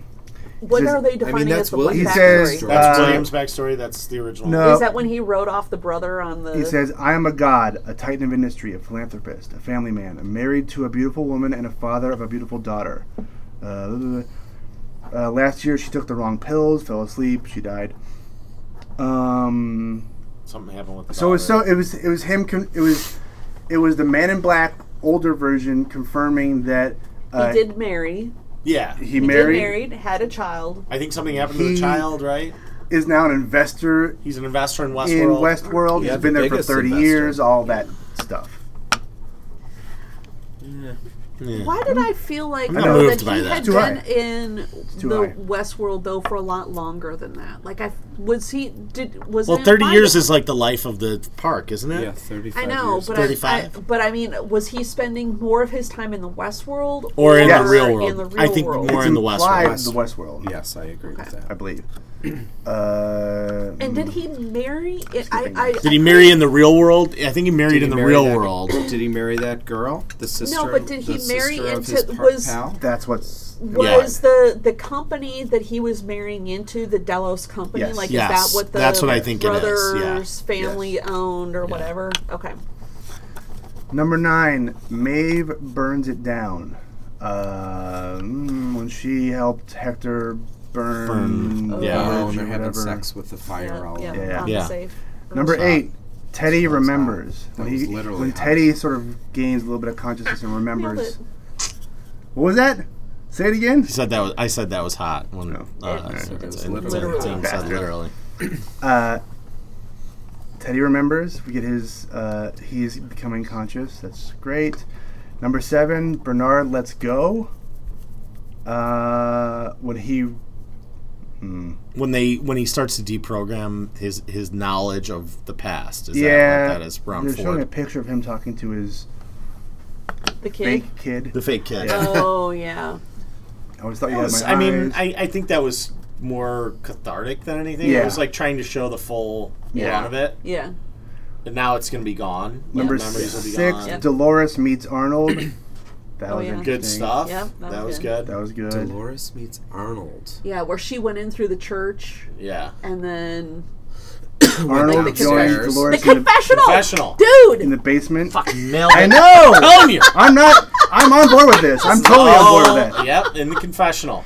Speaker 5: What
Speaker 3: Just-
Speaker 5: are they
Speaker 6: I
Speaker 5: defining
Speaker 6: mean,
Speaker 5: as
Speaker 6: that's
Speaker 5: the black
Speaker 6: William's
Speaker 5: backstory?
Speaker 3: Is
Speaker 6: backstory.
Speaker 4: that's
Speaker 3: uh,
Speaker 4: Williams' backstory. That's the original.
Speaker 3: no.
Speaker 5: Is that when he wrote off the brother on the?
Speaker 3: Uh, He says, I am a god, a titan of industry, a philanthropist, a family man, married to a beautiful woman, and a father of a beautiful daughter. Uh, blah, blah, blah. Uh, last year, she took the wrong pills, fell asleep, she died. Um,
Speaker 4: Something happened with. The
Speaker 3: so it was so
Speaker 4: daughter.
Speaker 3: it was it was him. Con- it was it was the Man in Black older version confirming that
Speaker 5: he
Speaker 3: uh,
Speaker 5: did marry,
Speaker 4: Yeah,
Speaker 3: he
Speaker 5: he
Speaker 3: married,
Speaker 5: did married, had a child.
Speaker 4: I think something happened to
Speaker 3: He-
Speaker 4: the child. Right?
Speaker 3: is now an investor
Speaker 4: He's an investor in
Speaker 3: in
Speaker 4: Westworld.
Speaker 3: Westworld.
Speaker 6: Yeah,
Speaker 3: He's been
Speaker 6: the
Speaker 3: there for
Speaker 6: biggest
Speaker 3: thirty
Speaker 6: investor.
Speaker 3: years. All that stuff.
Speaker 4: Yeah.
Speaker 5: Why did I feel like
Speaker 4: not
Speaker 5: though,
Speaker 4: moved
Speaker 5: that
Speaker 4: by
Speaker 5: he
Speaker 4: that.
Speaker 5: had
Speaker 3: Too
Speaker 5: been
Speaker 3: high.
Speaker 5: in
Speaker 3: too
Speaker 5: the
Speaker 3: high.
Speaker 5: Westworld though for a lot longer than that? Like I f- was he did was
Speaker 4: Well,
Speaker 5: it
Speaker 4: thirty
Speaker 5: implied-
Speaker 4: years is like the life of the park, isn't it?
Speaker 6: yeah, 35
Speaker 5: I know,
Speaker 6: years.
Speaker 5: but I, I
Speaker 4: 35.
Speaker 5: but I mean, was he spending more of his time in the Westworld
Speaker 4: Or in
Speaker 3: Yes.
Speaker 4: the real world.
Speaker 5: In the real
Speaker 4: I think
Speaker 5: world.
Speaker 4: more
Speaker 3: It's
Speaker 4: in the
Speaker 3: implied
Speaker 4: Westworld.
Speaker 3: The Westworld.
Speaker 6: yes, I agree with
Speaker 3: I
Speaker 6: that.
Speaker 3: believe. uh,
Speaker 5: And did he marry? It, I,
Speaker 3: Skipping.
Speaker 5: I
Speaker 4: Did he marry in the real world? I think he married
Speaker 6: Did he
Speaker 4: in the
Speaker 6: marry
Speaker 4: real
Speaker 6: that-
Speaker 4: world.
Speaker 6: Did he marry that girl? The sister.
Speaker 5: but did he
Speaker 6: the
Speaker 5: marry
Speaker 6: sister of
Speaker 5: into-
Speaker 6: his par-
Speaker 5: was-
Speaker 6: pal?
Speaker 3: That's what's.
Speaker 5: was the the company that he was marrying into the Delos company?
Speaker 3: Yes.
Speaker 5: Like,
Speaker 4: Yes.
Speaker 5: is that what the
Speaker 4: That's what I think it is,
Speaker 5: brothers
Speaker 4: yeah.
Speaker 5: family owned or whatever? Okay,
Speaker 3: Number nine, Maeve burns it down. Um, when she helped Hector burn,
Speaker 4: Burn, yeah.
Speaker 6: Oh,
Speaker 3: village
Speaker 6: and
Speaker 3: or
Speaker 6: they're having
Speaker 3: whatever.
Speaker 6: sex with the fire all
Speaker 5: yeah,
Speaker 6: over.
Speaker 3: Yeah.
Speaker 5: I'm
Speaker 4: Yeah.
Speaker 5: safe.
Speaker 3: Number
Speaker 4: Stop.
Speaker 3: eight, Teddy
Speaker 6: That was hot.
Speaker 3: remembers.
Speaker 6: That
Speaker 3: when
Speaker 6: was
Speaker 3: he,
Speaker 6: literally
Speaker 3: when
Speaker 6: hot.
Speaker 3: Teddy sort of gains a little bit of consciousness and remembers. What was that? Say it again.
Speaker 4: He said that was. I said that was hot. When,
Speaker 3: No.
Speaker 4: uh, I said
Speaker 6: It was
Speaker 4: it's-
Speaker 6: literally
Speaker 4: it's- it's-
Speaker 3: hot.
Speaker 4: it's literally.
Speaker 3: Uh, Teddy remembers. We get his. Uh, he's becoming conscious. That's great. Number seven, Bernard lets go. Uh, when he, hmm,
Speaker 4: When they when he starts to deprogram his his knowledge of the past. Is
Speaker 3: yeah,
Speaker 4: that, what that is Ron
Speaker 3: they're showing a
Speaker 4: Ford,
Speaker 3: picture of him talking to his
Speaker 5: The kid.
Speaker 3: fake kid.
Speaker 4: the fake kid.
Speaker 3: Yeah.
Speaker 5: Oh yeah.
Speaker 3: I always thought you
Speaker 4: That
Speaker 3: had
Speaker 4: was-
Speaker 3: my
Speaker 4: I mean,
Speaker 3: eyes.
Speaker 4: I, I think that was more cathartic than anything.
Speaker 3: Yeah.
Speaker 4: It was like trying to show the full
Speaker 5: Yeah.
Speaker 4: run of it,
Speaker 5: Yeah.
Speaker 4: and now it's going to be gone.
Speaker 3: number
Speaker 4: The memories will be
Speaker 3: six,
Speaker 4: gone.
Speaker 5: Yep.
Speaker 3: Dolores meets Arnold. That
Speaker 5: Oh,
Speaker 3: was
Speaker 5: yeah. Good
Speaker 4: Good
Speaker 3: interesting.
Speaker 4: stuff.
Speaker 5: Yeah, that
Speaker 4: that,
Speaker 5: was
Speaker 4: was
Speaker 5: good.
Speaker 4: good.
Speaker 3: That was good.
Speaker 6: Dolores meets Arnold.
Speaker 5: Yeah, where she went in through the church
Speaker 4: yeah.
Speaker 5: and then
Speaker 3: Arnold
Speaker 5: Like the
Speaker 3: joins
Speaker 6: confessional.
Speaker 3: Dolores in, the,
Speaker 5: confessional,
Speaker 4: Professional.
Speaker 5: dude.
Speaker 3: in the basement.
Speaker 4: Mel.
Speaker 3: I know.
Speaker 4: telling you.
Speaker 3: I'm not. I'm on board with this. I'm totally on
Speaker 4: Oh.
Speaker 3: board with that.
Speaker 4: Yep, in the confessional.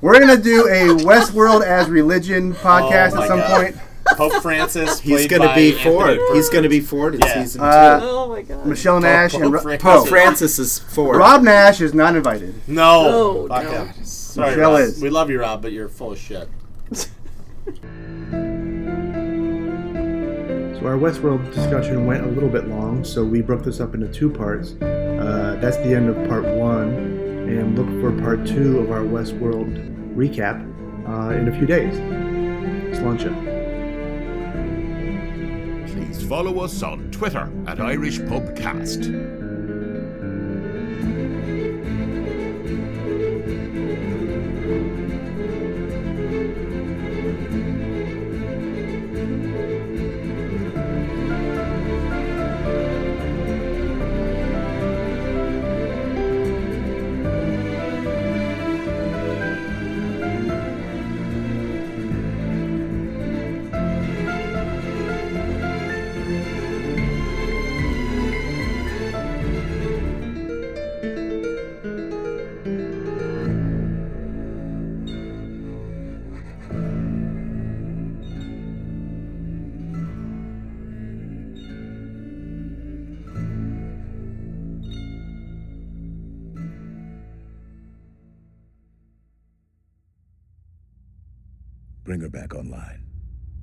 Speaker 3: We're gonna do a Westworld as religion podcast
Speaker 4: Oh my
Speaker 3: at some
Speaker 4: God.
Speaker 3: point.
Speaker 4: Pope Francis.
Speaker 6: He's
Speaker 4: played
Speaker 6: going to
Speaker 4: by
Speaker 6: be
Speaker 4: Anthony
Speaker 6: Ford.
Speaker 4: Perkins.
Speaker 6: He's going to be Ford in
Speaker 4: Yeah. oh.
Speaker 6: season
Speaker 3: Uh,
Speaker 5: oh my god.
Speaker 3: Michelle Nash and
Speaker 4: Pope
Speaker 3: Ro-
Speaker 4: Francis.
Speaker 6: two.
Speaker 3: Pope.
Speaker 6: Francis is Ford.
Speaker 3: Rob Nash is not invited.
Speaker 4: No.
Speaker 5: No,
Speaker 4: Fuck
Speaker 5: no.
Speaker 4: him. Sorry,
Speaker 3: Michelle
Speaker 4: Rob.
Speaker 3: is.
Speaker 4: We love you, Rob, but you're full of shit.
Speaker 9: So our Westworld discussion went a little bit long, so we broke this up into two parts. Uh, that's the end of part one, and look for part two of our Westworld recap uh, in a few days. Slancha.
Speaker 2: Please follow us on Twitter at Irish Pubcast. Bring her back online.